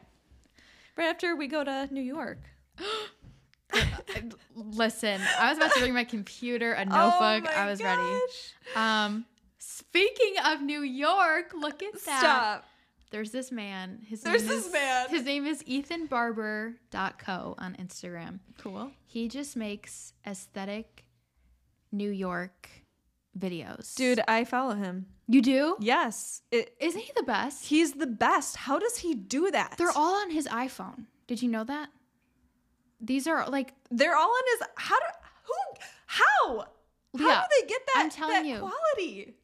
[SPEAKER 2] Right after we go to New York.
[SPEAKER 1] Listen, I was about to bring my computer, a
[SPEAKER 2] Oh
[SPEAKER 1] notebook. I was ready. Um, speaking of New York, look at that.
[SPEAKER 2] Stop.
[SPEAKER 1] There's this man. His
[SPEAKER 2] There's
[SPEAKER 1] name
[SPEAKER 2] this
[SPEAKER 1] is,
[SPEAKER 2] man.
[SPEAKER 1] His name is ethanbarber.co on Instagram.
[SPEAKER 2] Cool.
[SPEAKER 1] He just makes aesthetic New York videos.
[SPEAKER 2] Dude, I follow him.
[SPEAKER 1] you do?
[SPEAKER 2] Yes. It,
[SPEAKER 1] Isn't he the best?
[SPEAKER 2] he's the best. How does he do that?
[SPEAKER 1] They're all on his iPhone. Did you know that? These are like
[SPEAKER 2] they're all on his how do who how? How
[SPEAKER 1] Leah,
[SPEAKER 2] do they get that,
[SPEAKER 1] I'm telling
[SPEAKER 2] that
[SPEAKER 1] you.
[SPEAKER 2] quality?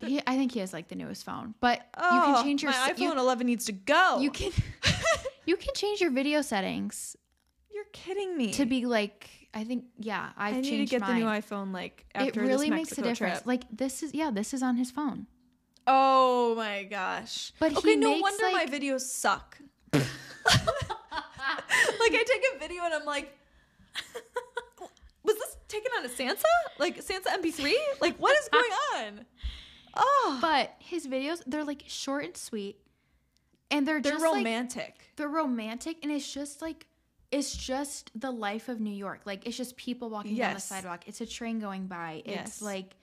[SPEAKER 1] he, I think he has like the newest phone, but you
[SPEAKER 2] Oh,
[SPEAKER 1] can change your
[SPEAKER 2] my
[SPEAKER 1] s-
[SPEAKER 2] iPhone
[SPEAKER 1] you-
[SPEAKER 2] 11 needs to go.
[SPEAKER 1] you can you can change your video settings
[SPEAKER 2] You're kidding me.
[SPEAKER 1] to be like I think yeah I've
[SPEAKER 2] I need to
[SPEAKER 1] changed
[SPEAKER 2] get
[SPEAKER 1] mine.
[SPEAKER 2] the new iPhone like
[SPEAKER 1] it
[SPEAKER 2] after
[SPEAKER 1] really
[SPEAKER 2] this
[SPEAKER 1] makes a
[SPEAKER 2] Mexico
[SPEAKER 1] difference.
[SPEAKER 2] trip.
[SPEAKER 1] Like this is yeah this is on his phone.
[SPEAKER 2] oh my gosh.
[SPEAKER 1] But
[SPEAKER 2] okay,
[SPEAKER 1] he
[SPEAKER 2] no
[SPEAKER 1] makes,
[SPEAKER 2] wonder
[SPEAKER 1] like-
[SPEAKER 2] my videos suck. like I take a video and I'm like was this taken on a Sansa? Like Sansa MP3? Like what is going on? Oh,
[SPEAKER 1] But his videos they're like short and sweet, and they're,
[SPEAKER 2] they're
[SPEAKER 1] just like
[SPEAKER 2] romantic.
[SPEAKER 1] they're romantic and it's just like it's just the life of New York. Like it's just people walking down the
[SPEAKER 2] Yes.
[SPEAKER 1] sidewalk. It's a train going by. It's
[SPEAKER 2] Yes.
[SPEAKER 1] like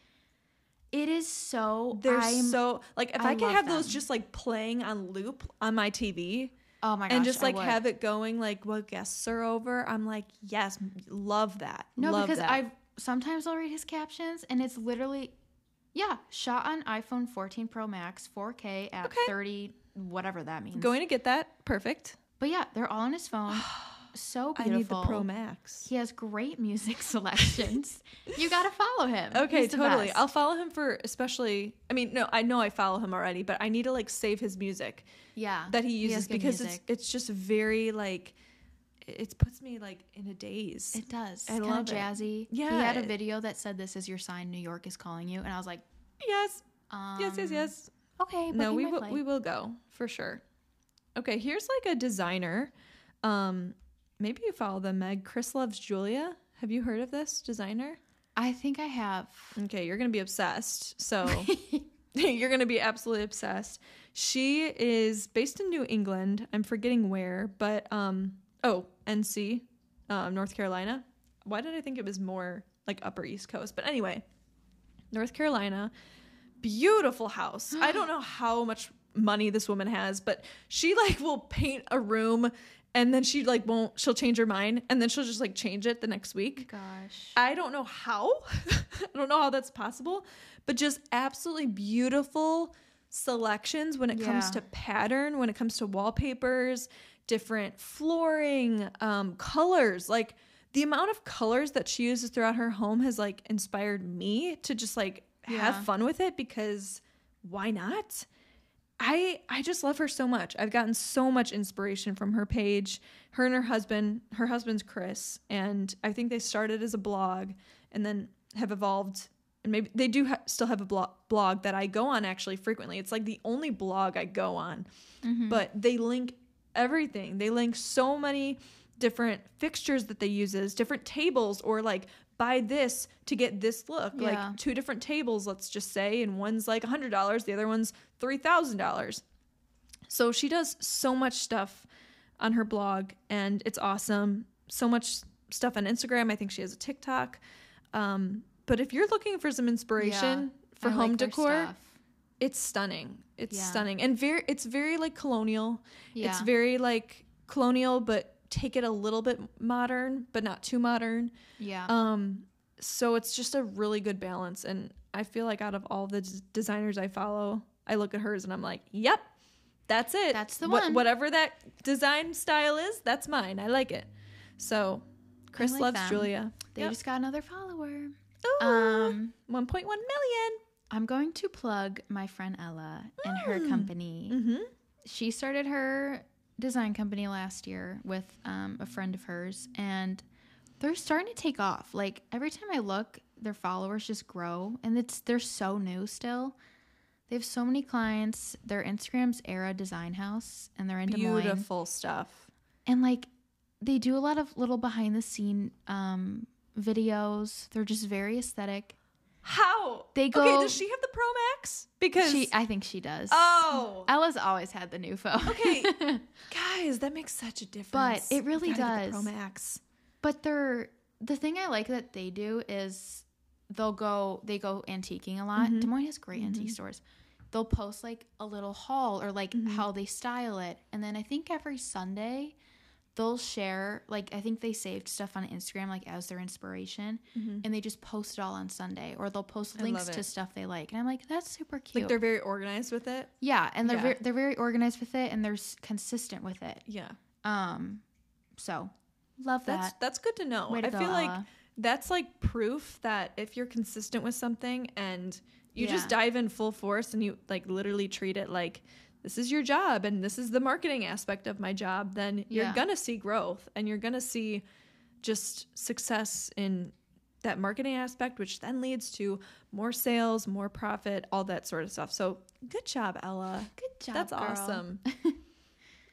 [SPEAKER 1] it is so
[SPEAKER 2] they're
[SPEAKER 1] I'm
[SPEAKER 2] so like if
[SPEAKER 1] I
[SPEAKER 2] I, could
[SPEAKER 1] love
[SPEAKER 2] have those
[SPEAKER 1] them.
[SPEAKER 2] just like playing on loop on my TV
[SPEAKER 1] oh my gosh
[SPEAKER 2] and just
[SPEAKER 1] I
[SPEAKER 2] like
[SPEAKER 1] would.
[SPEAKER 2] have it going like what guests are over, I'm like, yes, love that.
[SPEAKER 1] No,
[SPEAKER 2] love
[SPEAKER 1] because
[SPEAKER 2] that.
[SPEAKER 1] I've sometimes I'll read his captions and it's literally yeah, shot on iPhone 14 Pro Max 4K at
[SPEAKER 2] Okay.
[SPEAKER 1] 30 whatever that means.
[SPEAKER 2] going to get that. Perfect.
[SPEAKER 1] but yeah, they're all on his phone. so
[SPEAKER 2] I
[SPEAKER 1] beautiful.
[SPEAKER 2] need the Pro Max.
[SPEAKER 1] He has great music selections. you got to follow him.
[SPEAKER 2] Okay,
[SPEAKER 1] He's the
[SPEAKER 2] totally.
[SPEAKER 1] best.
[SPEAKER 2] I'll follow him for especially. I mean, no, I know I follow him already, but I need to like save his music
[SPEAKER 1] yeah.
[SPEAKER 2] that he
[SPEAKER 1] has
[SPEAKER 2] uses
[SPEAKER 1] good
[SPEAKER 2] because
[SPEAKER 1] music.
[SPEAKER 2] it's it's just very like it it puts me like in a daze.
[SPEAKER 1] It does.
[SPEAKER 2] I
[SPEAKER 1] It's kind
[SPEAKER 2] love
[SPEAKER 1] of
[SPEAKER 2] it.
[SPEAKER 1] jazzy. He
[SPEAKER 2] Yeah,
[SPEAKER 1] had a
[SPEAKER 2] it-
[SPEAKER 1] video that said, "This is your sign. New York is calling you," and I was like,
[SPEAKER 2] yes,
[SPEAKER 1] um,
[SPEAKER 2] yes, yes, yes.
[SPEAKER 1] Okay,
[SPEAKER 2] No,
[SPEAKER 1] booking
[SPEAKER 2] we
[SPEAKER 1] my
[SPEAKER 2] will
[SPEAKER 1] flight."
[SPEAKER 2] we will go for sure. Okay, here's like a designer. Um, maybe you follow them, Meg. Chris loves Julia. Have you heard of this designer?
[SPEAKER 1] I think I have.
[SPEAKER 2] Okay, you're gonna be obsessed. So you're gonna be absolutely obsessed. She is based in New England. I'm forgetting where, but um oh NC, um, North Carolina. Why did I think it was more like Upper East Coast? But anyway, North Carolina, beautiful house. I don't know how much money this woman has, but she like will paint a room and then she like won't she'll change her mind and then she'll just like change it the next week.
[SPEAKER 1] Gosh.
[SPEAKER 2] I don't know how. I don't know how that's possible, but just absolutely beautiful selections when it comes
[SPEAKER 1] Yeah.
[SPEAKER 2] to pattern, when it comes to wallpapers, different flooring, um, colors. Like the amount of colors that she uses throughout her home has like inspired me to just like
[SPEAKER 1] Yeah.
[SPEAKER 2] have fun with it because why not? I I just love her so much. I've gotten so much inspiration from her page. Her and her husband, her husband's Chris, and I think they started as a blog and then have evolved. And maybe they do ha- still have a blog blog that I go on actually frequently. It's like the only blog I go on.
[SPEAKER 1] Mm-hmm.
[SPEAKER 2] But they link everything. They link so many different fixtures that they uses, different tables or like buy this to get this look.
[SPEAKER 1] Yeah.
[SPEAKER 2] Like two different tables, let's just say, and one's like $100, the other one's $3,000. So she does so much stuff on her blog, and it's awesome. So much stuff on Instagram. I think she has a TikTok. Um, but if you're looking for some inspiration
[SPEAKER 1] Yeah,
[SPEAKER 2] for
[SPEAKER 1] I like
[SPEAKER 2] home
[SPEAKER 1] their
[SPEAKER 2] decor,
[SPEAKER 1] stuff.
[SPEAKER 2] it's stunning. It's
[SPEAKER 1] Yeah.
[SPEAKER 2] stunning and very. It's very like colonial.
[SPEAKER 1] Yeah.
[SPEAKER 2] It's very like colonial, but take it a little bit modern, but not too modern.
[SPEAKER 1] yeah.
[SPEAKER 2] Um, so it's just a really good balance, and I feel like out of all the des- designers I follow, I look at hers and I'm like, "Yep, that's it.
[SPEAKER 1] That's the
[SPEAKER 2] Wha-
[SPEAKER 1] one."
[SPEAKER 2] Whatever that design style is, that's mine. I like it." So, Chris
[SPEAKER 1] like
[SPEAKER 2] loves
[SPEAKER 1] them.
[SPEAKER 2] Julia.
[SPEAKER 1] they
[SPEAKER 2] Yep.
[SPEAKER 1] just got another follower.
[SPEAKER 2] Ooh,
[SPEAKER 1] Um,
[SPEAKER 2] 1.1 million.
[SPEAKER 1] I'm going to plug my friend Ella and her company.
[SPEAKER 2] Mm-hmm.
[SPEAKER 1] She started her design company last year with um, a friend of hers, and they're starting to take off. Like every time I look, their followers just grow, and it's they're so new still They have so many clients. Their Instagram's Era Design House, and they're in Des Moines.
[SPEAKER 2] Beautiful stuff.
[SPEAKER 1] And like, they do a lot of little behind the scene um, videos. They're just very aesthetic.
[SPEAKER 2] How
[SPEAKER 1] They
[SPEAKER 2] Okay,
[SPEAKER 1] go-
[SPEAKER 2] does she have the Pro Max? Because
[SPEAKER 1] She, I think she does.
[SPEAKER 2] oh,
[SPEAKER 1] Ella's always had the new phone.
[SPEAKER 2] Okay. guys, that makes such a difference.
[SPEAKER 1] it really
[SPEAKER 2] You gotta get the
[SPEAKER 1] does.
[SPEAKER 2] Pro Max.
[SPEAKER 1] But they're the thing I like that they do is they'll go they go antiquing a lot. Des Moines has great antique stores. They'll post like a little haul or like how they style it. And then I think every Sunday they'll share like I think they saved stuff on Instagram like as their inspiration and they just post it all on Sunday or they'll post
[SPEAKER 2] I
[SPEAKER 1] links
[SPEAKER 2] love
[SPEAKER 1] to
[SPEAKER 2] it.
[SPEAKER 1] stuff they like. And I'm like that's super
[SPEAKER 2] Like
[SPEAKER 1] cute.
[SPEAKER 2] they're very organized with it.
[SPEAKER 1] yeah, and they're
[SPEAKER 2] Yeah.
[SPEAKER 1] Very, they're very organized with it and they're s- consistent with it.
[SPEAKER 2] Yeah.
[SPEAKER 1] Um so love
[SPEAKER 2] That's
[SPEAKER 1] that.
[SPEAKER 2] that's good to know.
[SPEAKER 1] Way to
[SPEAKER 2] I
[SPEAKER 1] go,
[SPEAKER 2] feel like
[SPEAKER 1] Ella.
[SPEAKER 2] that's like proof that if you're consistent with something and you just
[SPEAKER 1] Yeah.
[SPEAKER 2] dive in full force and you like literally treat it like this is your job and this is the marketing aspect of my job, then you're
[SPEAKER 1] Yeah.
[SPEAKER 2] gonna see growth and you're gonna see just success in that marketing aspect, which then leads to more sales, more profit, all that sort of stuff. So good job, Ella.
[SPEAKER 1] Good job.
[SPEAKER 2] That's
[SPEAKER 1] girl.
[SPEAKER 2] awesome.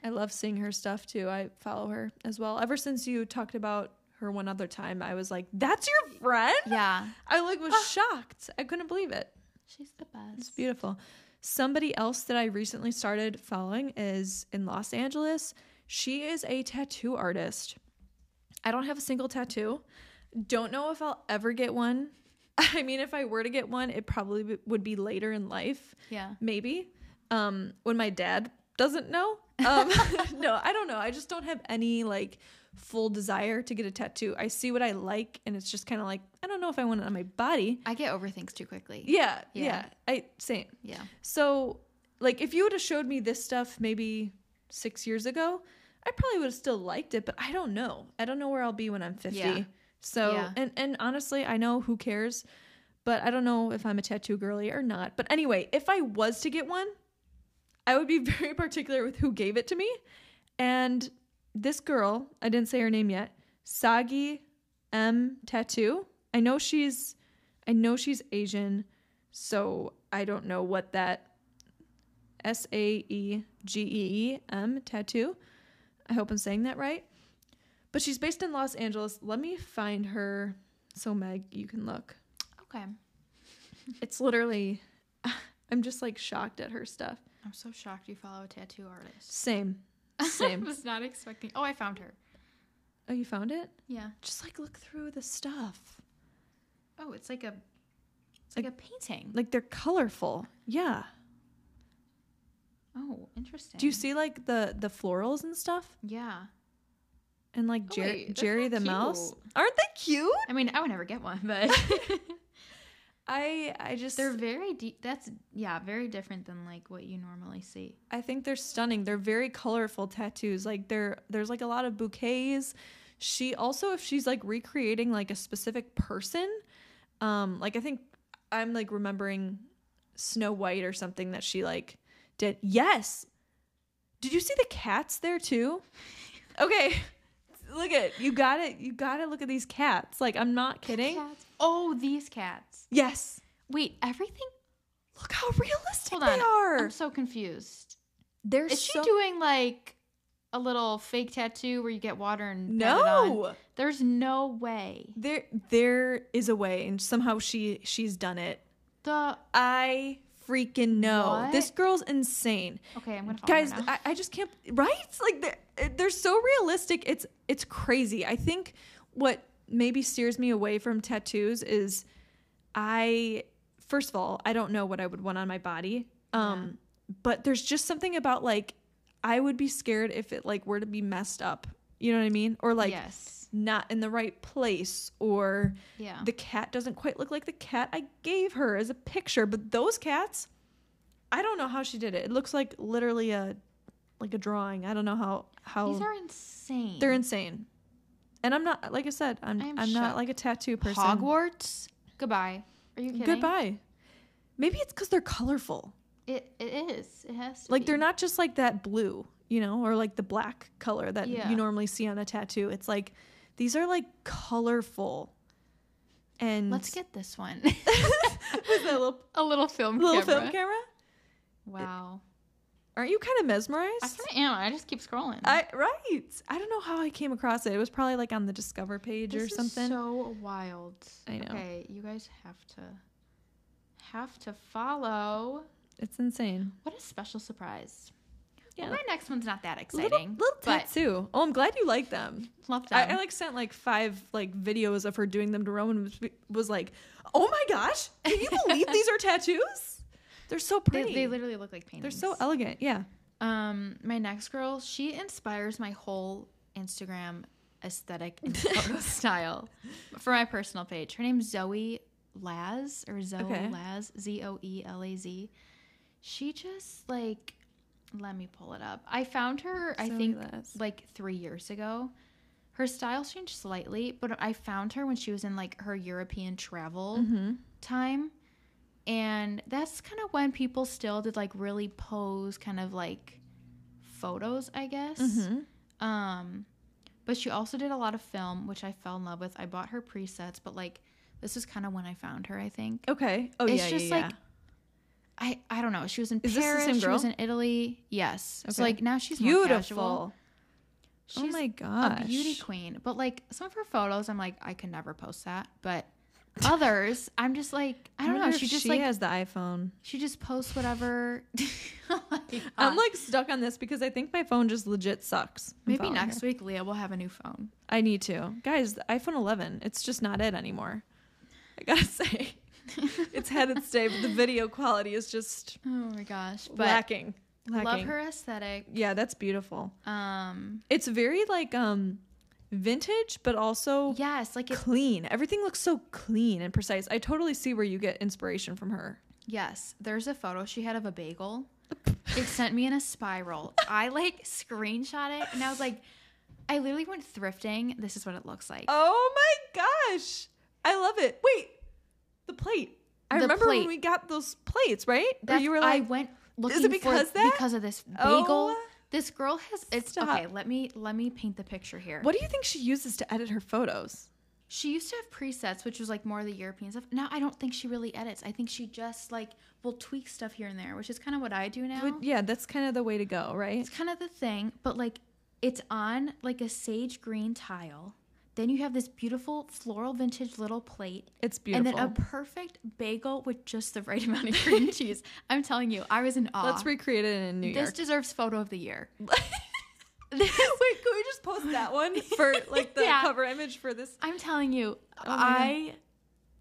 [SPEAKER 2] I love seeing her stuff too. I follow her as well. Ever since you talked about her one other time, I was like, "That's your friend."
[SPEAKER 1] Yeah. Ah.
[SPEAKER 2] I like was shocked. I couldn't believe it.
[SPEAKER 1] She's the
[SPEAKER 2] It's
[SPEAKER 1] best.
[SPEAKER 2] beautiful. Somebody else that I recently started following is in Los Angeles. She is a tattoo artist. I don't have a single tattoo. Don't know if I'll ever get one. I mean, if I were to get one, it probably would be later in life
[SPEAKER 1] Yeah.
[SPEAKER 2] maybe um when my dad doesn't know um no i don't know i just don't have any like full desire to get a tattoo i see what i like and it's just kind of like i don't know if i want it on my body
[SPEAKER 1] I get over things too quickly.
[SPEAKER 2] yeah yeah,
[SPEAKER 1] Yeah.
[SPEAKER 2] i same
[SPEAKER 1] Yeah.
[SPEAKER 2] so like if you would have showed me this stuff maybe six years ago i probably would have still liked it but i don't know i don't know where i'll be when i'm 50
[SPEAKER 1] Yeah.
[SPEAKER 2] so
[SPEAKER 1] Yeah.
[SPEAKER 2] and and honestly i know who cares but i don't know if i'm a tattoo girly or not but anyway if i was to get one i would be very particular with who gave it to me and this girl i didn't say her name yet sagi m tattoo i know she's i know she's asian so i don't know what that S A E G E E M tattoo. I hope I'm saying that right. But she's based in Los Angeles. Let me find her so Meg you can look.
[SPEAKER 1] Okay.
[SPEAKER 2] It's literally I'm just like shocked at her stuff.
[SPEAKER 1] I'm so shocked you follow a tattoo artist.
[SPEAKER 2] Same. Same.
[SPEAKER 1] was not expecting. Oh, I found her.
[SPEAKER 2] oh, you found it?
[SPEAKER 1] Yeah.
[SPEAKER 2] Just like look through the stuff.
[SPEAKER 1] Oh, it's like a it's like a painting.
[SPEAKER 2] Like they're colorful. Yeah.
[SPEAKER 1] Oh, interesting.
[SPEAKER 2] Do you see like the the florals and stuff?
[SPEAKER 1] Yeah.
[SPEAKER 2] And like
[SPEAKER 1] Oh,
[SPEAKER 2] Jer-
[SPEAKER 1] wait, that's
[SPEAKER 2] Jerry the
[SPEAKER 1] kinda
[SPEAKER 2] mouse?
[SPEAKER 1] cute.
[SPEAKER 2] Aren't they cute?
[SPEAKER 1] I mean, I would never get one, but
[SPEAKER 2] I I just
[SPEAKER 1] they're very deep. That's yeah, very different than like what you normally see.
[SPEAKER 2] I think they're stunning. They're very colorful tattoos. Like there there's like a lot of bouquets. She also if she's like recreating like a specific person, um like I think I'm like remembering Snow White or something that she like did. Yes. Did you see the cats there too? Okay. Look at you got it. You got to look at these cats. Like I'm not kidding.
[SPEAKER 1] Cats. Oh, these cats.
[SPEAKER 2] Yes.
[SPEAKER 1] Wait, everything.
[SPEAKER 2] Look how realistic
[SPEAKER 1] Hold on.
[SPEAKER 2] they are.
[SPEAKER 1] I'm so confused.
[SPEAKER 2] They're
[SPEAKER 1] Is she
[SPEAKER 2] so
[SPEAKER 1] doing like a little fake tattoo where you get water and pat it on?
[SPEAKER 2] No.
[SPEAKER 1] There's no way.
[SPEAKER 2] there there is a way and somehow she she's done it
[SPEAKER 1] The
[SPEAKER 2] i freaking know
[SPEAKER 1] What? Oh,
[SPEAKER 2] this girl's insane
[SPEAKER 1] okay, I'm gonna follow
[SPEAKER 2] guys
[SPEAKER 1] Her now.
[SPEAKER 2] I, I just can't right like they're, they're so realistic it's it's crazy i think what maybe steers me away from tattoos is i first of all i don't know what i would want on my body um but there's just something about like i would be scared if it like were to be messed up you know what i mean or like
[SPEAKER 1] yes,
[SPEAKER 2] not in the right place or
[SPEAKER 1] yeah,
[SPEAKER 2] the cat doesn't quite look like the cat I gave her as a picture, but those cats, I don't know how she did it. It looks like literally a like a drawing. I don't know how how
[SPEAKER 1] these are insane.
[SPEAKER 2] they're insane. And I'm not like I said, I'm
[SPEAKER 1] I am
[SPEAKER 2] I'm, not
[SPEAKER 1] shocked.
[SPEAKER 2] like a tattoo person.
[SPEAKER 1] Hogwarts. Goodbye. Are you kidding?
[SPEAKER 2] Goodbye. Maybe it's cuz they're colorful.
[SPEAKER 1] It it is. It has to
[SPEAKER 2] Like they're
[SPEAKER 1] be.
[SPEAKER 2] not just like that blue, you know, or like the black color that
[SPEAKER 1] Yeah.
[SPEAKER 2] you normally see on a tattoo. It's like these are like colorful. And
[SPEAKER 1] Let's get this one.
[SPEAKER 2] Was that a little
[SPEAKER 1] a little film
[SPEAKER 2] little
[SPEAKER 1] camera.
[SPEAKER 2] film camera.
[SPEAKER 1] Wow.
[SPEAKER 2] Aren't you kind of mesmerized?
[SPEAKER 1] I sort of am. I just keep scrolling.
[SPEAKER 2] I right. I don't know how I came across it. It was probably like on the Discover page
[SPEAKER 1] This
[SPEAKER 2] or
[SPEAKER 1] is
[SPEAKER 2] something.
[SPEAKER 1] so wild.
[SPEAKER 2] I know.
[SPEAKER 1] Okay, you guys have to have to follow.
[SPEAKER 2] it's insane.
[SPEAKER 1] What a special surprise.
[SPEAKER 2] Yeah.
[SPEAKER 1] My next one's not that
[SPEAKER 2] Little-
[SPEAKER 1] exciting.
[SPEAKER 2] Little, tattoo. Oh, I'm glad you like them.
[SPEAKER 1] But love
[SPEAKER 2] I,
[SPEAKER 1] them.
[SPEAKER 2] I like sent like five like videos of her doing them to Roman. Was, was like, oh my gosh, can you believe these are tattoos? They're so
[SPEAKER 1] they,
[SPEAKER 2] pretty.
[SPEAKER 1] they literally look like
[SPEAKER 2] They're
[SPEAKER 1] paintings.
[SPEAKER 2] so elegant. Yeah.
[SPEAKER 1] Um, my next girl, she inspires my whole Instagram aesthetic and photo style for my personal page. Her name's Zoe Laz or Zoe
[SPEAKER 2] Okay.
[SPEAKER 1] Laz, Z O E L A Z. She just like, let me pull it up. I found her, I
[SPEAKER 2] Zoe
[SPEAKER 1] think,
[SPEAKER 2] Laz.
[SPEAKER 1] like three years ago. Her style changed slightly, but I found her when she was in like her European travel
[SPEAKER 2] Mm-hmm.
[SPEAKER 1] time. And that's kind of when people still did like really pose kind of like photos, I guess.
[SPEAKER 2] Mm-hmm.
[SPEAKER 1] Um, but she also did a lot of film, which I fell in love with. I bought her presets, but like this is kind of when I found her, I think.
[SPEAKER 2] Okay. Oh
[SPEAKER 1] it's
[SPEAKER 2] yeah.
[SPEAKER 1] just
[SPEAKER 2] yeah,
[SPEAKER 1] like I I don't know. She was in
[SPEAKER 2] Is this the
[SPEAKER 1] Paris.
[SPEAKER 2] same
[SPEAKER 1] She was
[SPEAKER 2] girl?
[SPEAKER 1] in Italy. Yes. So
[SPEAKER 2] Okay.
[SPEAKER 1] like now she's
[SPEAKER 2] yeah.
[SPEAKER 1] beautiful.
[SPEAKER 2] beautiful.
[SPEAKER 1] She's
[SPEAKER 2] Oh my gosh.
[SPEAKER 1] a beauty queen. But like some of her photos, I'm like I could never post that. But others, I'm just like I don't know.
[SPEAKER 2] wonder
[SPEAKER 1] She
[SPEAKER 2] if
[SPEAKER 1] just
[SPEAKER 2] she
[SPEAKER 1] like
[SPEAKER 2] has the iPhone.
[SPEAKER 1] she just posts whatever. uh,
[SPEAKER 2] I'm like stuck on this because I think my phone just legit sucks. I'm
[SPEAKER 1] maybe
[SPEAKER 2] following
[SPEAKER 1] next
[SPEAKER 2] her.
[SPEAKER 1] week Leah will have a new phone.
[SPEAKER 2] I need to. Guys, the iPhone 11, it's just not it anymore. I gotta say, it's had its day, but the video quality is just
[SPEAKER 1] Oh my gosh! But
[SPEAKER 2] lacking. lacking.
[SPEAKER 1] love her aesthetic.
[SPEAKER 2] Yeah, that's beautiful.
[SPEAKER 1] Um,
[SPEAKER 2] It's very like um vintage, but also
[SPEAKER 1] yes, like it's
[SPEAKER 2] clean. Everything looks so clean and precise. I totally see where you get inspiration from her.
[SPEAKER 1] yes. There's a photo she had of a bagel. It sent me in a spiral. I like screenshot it, and I was like, I literally went thrifting. This is what it looks like.
[SPEAKER 2] Oh my gosh. I love it. Wait, the plate. I
[SPEAKER 1] The
[SPEAKER 2] remember
[SPEAKER 1] plate.
[SPEAKER 2] when we got those plates, right? Where
[SPEAKER 1] That's-
[SPEAKER 2] you were
[SPEAKER 1] I
[SPEAKER 2] like,
[SPEAKER 1] went looking
[SPEAKER 2] because
[SPEAKER 1] for
[SPEAKER 2] that?
[SPEAKER 1] because of this bagel.
[SPEAKER 2] Oh,
[SPEAKER 1] this girl has it's
[SPEAKER 2] stop.
[SPEAKER 1] okay. Let me let me paint the picture here.
[SPEAKER 2] what do you think she uses to edit her photos?
[SPEAKER 1] She used to have presets, which was like more of the European stuff. Now I don't think she really edits. I think she just like will tweak stuff here and there, which is kind of what I do now.
[SPEAKER 2] But yeah, that's kind of the way to go, right?
[SPEAKER 1] It's kind of the thing, but like it's on like a sage green tile. Then you have this beautiful floral vintage little plate.
[SPEAKER 2] It's beautiful.
[SPEAKER 1] And then a perfect bagel with just the right amount of cream cheese. I'm telling you, I was in awe.
[SPEAKER 2] Let's recreate it in New
[SPEAKER 1] this
[SPEAKER 2] York.
[SPEAKER 1] deserves photo of the year.
[SPEAKER 2] Wait, can we just post that one for like the
[SPEAKER 1] Yeah.
[SPEAKER 2] cover image for this?
[SPEAKER 1] I'm telling you,
[SPEAKER 2] Oh,
[SPEAKER 1] I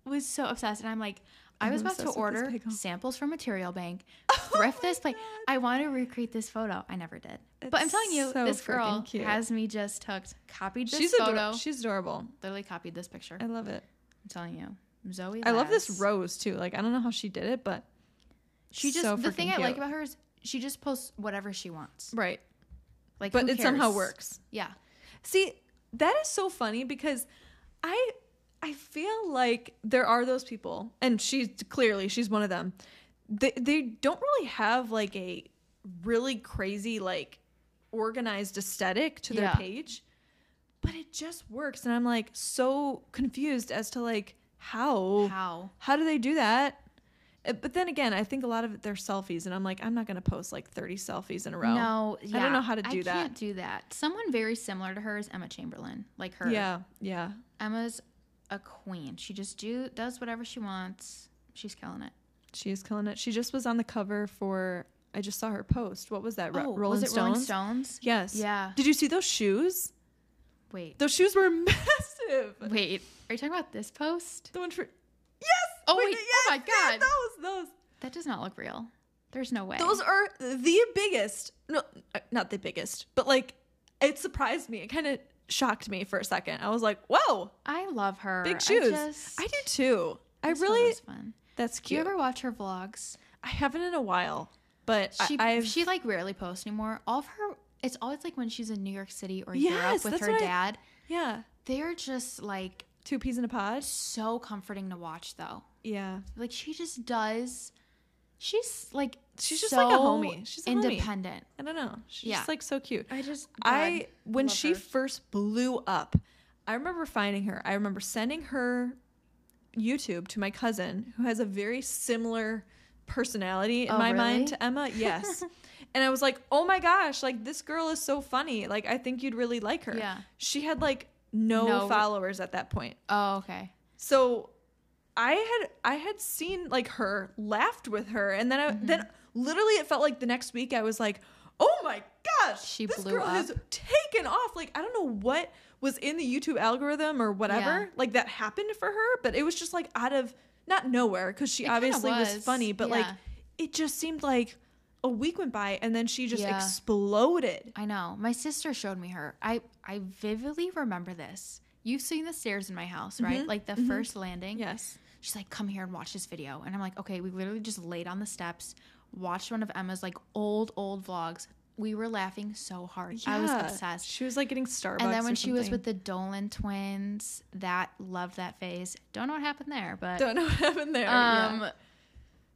[SPEAKER 1] was so obsessed, and I'm like, I
[SPEAKER 2] I'm
[SPEAKER 1] was about to
[SPEAKER 2] obsessed with this
[SPEAKER 1] order
[SPEAKER 2] bagel.
[SPEAKER 1] samples from Material Bank,
[SPEAKER 2] Oh
[SPEAKER 1] thrift
[SPEAKER 2] my
[SPEAKER 1] this, like,
[SPEAKER 2] God.
[SPEAKER 1] I want to recreate this photo. I never did, but I'm
[SPEAKER 2] It's
[SPEAKER 1] telling you,
[SPEAKER 2] so
[SPEAKER 1] this girl
[SPEAKER 2] freaking cute.
[SPEAKER 1] has me just hooked. Copied this
[SPEAKER 2] She's
[SPEAKER 1] photo,
[SPEAKER 2] adorable. She's adorable.
[SPEAKER 1] literally copied this picture.
[SPEAKER 2] I
[SPEAKER 1] I'm
[SPEAKER 2] love it.
[SPEAKER 1] telling you, Zoe.
[SPEAKER 2] I love this
[SPEAKER 1] Lass.
[SPEAKER 2] rose too. Like I don't know how she did it, but
[SPEAKER 1] She just
[SPEAKER 2] so
[SPEAKER 1] the thing
[SPEAKER 2] freaking
[SPEAKER 1] I like
[SPEAKER 2] cute.
[SPEAKER 1] about her is she just posts whatever she wants.
[SPEAKER 2] right.
[SPEAKER 1] Like,
[SPEAKER 2] But
[SPEAKER 1] who
[SPEAKER 2] it somehow
[SPEAKER 1] cares?
[SPEAKER 2] works.
[SPEAKER 1] Yeah,
[SPEAKER 2] See, that is so funny because I I feel like there are those people, and she's clearly she's one of them. They they don't really have like a really crazy like organized aesthetic to their
[SPEAKER 1] Yeah.
[SPEAKER 2] page, but it just works, and I'm like so confused as to like how how,
[SPEAKER 1] how?
[SPEAKER 2] do they do that. Uh, But then again, I think a lot of it, they're selfies, and I'm like, I'm not gonna post like 30 selfies in a row.
[SPEAKER 1] No, yeah.
[SPEAKER 2] Oh. I don't know how to
[SPEAKER 1] I
[SPEAKER 2] do that.
[SPEAKER 1] can't do that. Someone very similar to her is Emma Chamberlain. Like her.
[SPEAKER 2] Yeah, yeah.
[SPEAKER 1] Emma's a queen. She just do does whatever she wants. She's killing it.
[SPEAKER 2] She is killing it. She just was on the cover for. I just saw her post. What was that? Ro-
[SPEAKER 1] oh,
[SPEAKER 2] Rolling
[SPEAKER 1] was it
[SPEAKER 2] Stones.
[SPEAKER 1] Rolling Stones?
[SPEAKER 2] Yes.
[SPEAKER 1] Yeah.
[SPEAKER 2] Did you see those shoes?
[SPEAKER 1] Wait,
[SPEAKER 2] Those shoes were massive.
[SPEAKER 1] wait. Are you talking about this post?
[SPEAKER 2] The one for. Yes.
[SPEAKER 1] Oh, wait. Oh, my
[SPEAKER 2] yeah,
[SPEAKER 1] God.
[SPEAKER 2] those.
[SPEAKER 1] That does not look real. There's no way.
[SPEAKER 2] Those. Those are the biggest. No, uh, not the biggest, but like, it surprised me. It kind of shocked me for a second. I was like, "Whoa,
[SPEAKER 1] I love her.
[SPEAKER 2] big shoes!"
[SPEAKER 1] I,
[SPEAKER 2] I,
[SPEAKER 1] just,
[SPEAKER 2] do too. I
[SPEAKER 1] this
[SPEAKER 2] really.
[SPEAKER 1] photo's Fun.
[SPEAKER 2] That's
[SPEAKER 1] Do you
[SPEAKER 2] cute.
[SPEAKER 1] ever watch her vlogs?
[SPEAKER 2] I haven't in a while, but
[SPEAKER 1] She
[SPEAKER 2] I, I've.
[SPEAKER 1] she like rarely posts anymore. All of her. It's always like when she's in New York City or
[SPEAKER 2] Yes,
[SPEAKER 1] Europe with
[SPEAKER 2] that's
[SPEAKER 1] her
[SPEAKER 2] what I-
[SPEAKER 1] dad.
[SPEAKER 2] yeah.
[SPEAKER 1] They're just like
[SPEAKER 2] Two peas in a pod.
[SPEAKER 1] so comforting to watch though.
[SPEAKER 2] Yeah.
[SPEAKER 1] Like she just does. She's like
[SPEAKER 2] She's just like a
[SPEAKER 1] so
[SPEAKER 2] homie. She's a homie.
[SPEAKER 1] independent.
[SPEAKER 2] I don't know. She's
[SPEAKER 1] Yeah.
[SPEAKER 2] just like so cute.
[SPEAKER 1] I just
[SPEAKER 2] I when
[SPEAKER 1] love
[SPEAKER 2] she
[SPEAKER 1] her.
[SPEAKER 2] first blew up, I remember finding her. I remember sending her YouTube to my cousin who has a very similar personality in
[SPEAKER 1] Oh,
[SPEAKER 2] my mind
[SPEAKER 1] really?
[SPEAKER 2] to Emma. Yes. and I was like, "Oh my gosh, like this girl is so funny. Like I think you'd really like her."
[SPEAKER 1] Yeah.
[SPEAKER 2] She had like no,
[SPEAKER 1] No.
[SPEAKER 2] followers at that point.
[SPEAKER 1] Oh, okay.
[SPEAKER 2] So I had I had seen like her laughed with her and then I
[SPEAKER 1] Mm-hmm.
[SPEAKER 2] then literally it felt like the next week I was like, "Oh my gosh,
[SPEAKER 1] She
[SPEAKER 2] this
[SPEAKER 1] blew
[SPEAKER 2] girl has
[SPEAKER 1] up.
[SPEAKER 2] taken off." Like I don't know what was in the YouTube algorithm or whatever.
[SPEAKER 1] Yeah.
[SPEAKER 2] Like that happened for her, but it was just like out of not nowhere cuz she
[SPEAKER 1] It kinda
[SPEAKER 2] obviously was.
[SPEAKER 1] was,
[SPEAKER 2] funny, but like
[SPEAKER 1] yeah.
[SPEAKER 2] it just seemed like a week went by and then she just
[SPEAKER 1] Yeah.
[SPEAKER 2] exploded.
[SPEAKER 1] I know. My sister showed me her. I I vividly remember this. You've seen the stairs in my house, right?
[SPEAKER 2] Mm-hmm.
[SPEAKER 1] Like the first landing.
[SPEAKER 2] Yes.
[SPEAKER 1] She's like, "Come here and watch this video." And I'm like, "Okay." We literally just laid on the steps, watched one of Emma's like old old vlogs. We were laughing so hard. I was
[SPEAKER 2] Yeah.
[SPEAKER 1] obsessed.
[SPEAKER 2] She was like getting Starbucks.
[SPEAKER 1] and then when
[SPEAKER 2] or
[SPEAKER 1] she was
[SPEAKER 2] something.
[SPEAKER 1] with the Dolan twins, that loved that phase. Don't know what happened there, but
[SPEAKER 2] don't know what happened there. yeah.
[SPEAKER 1] um,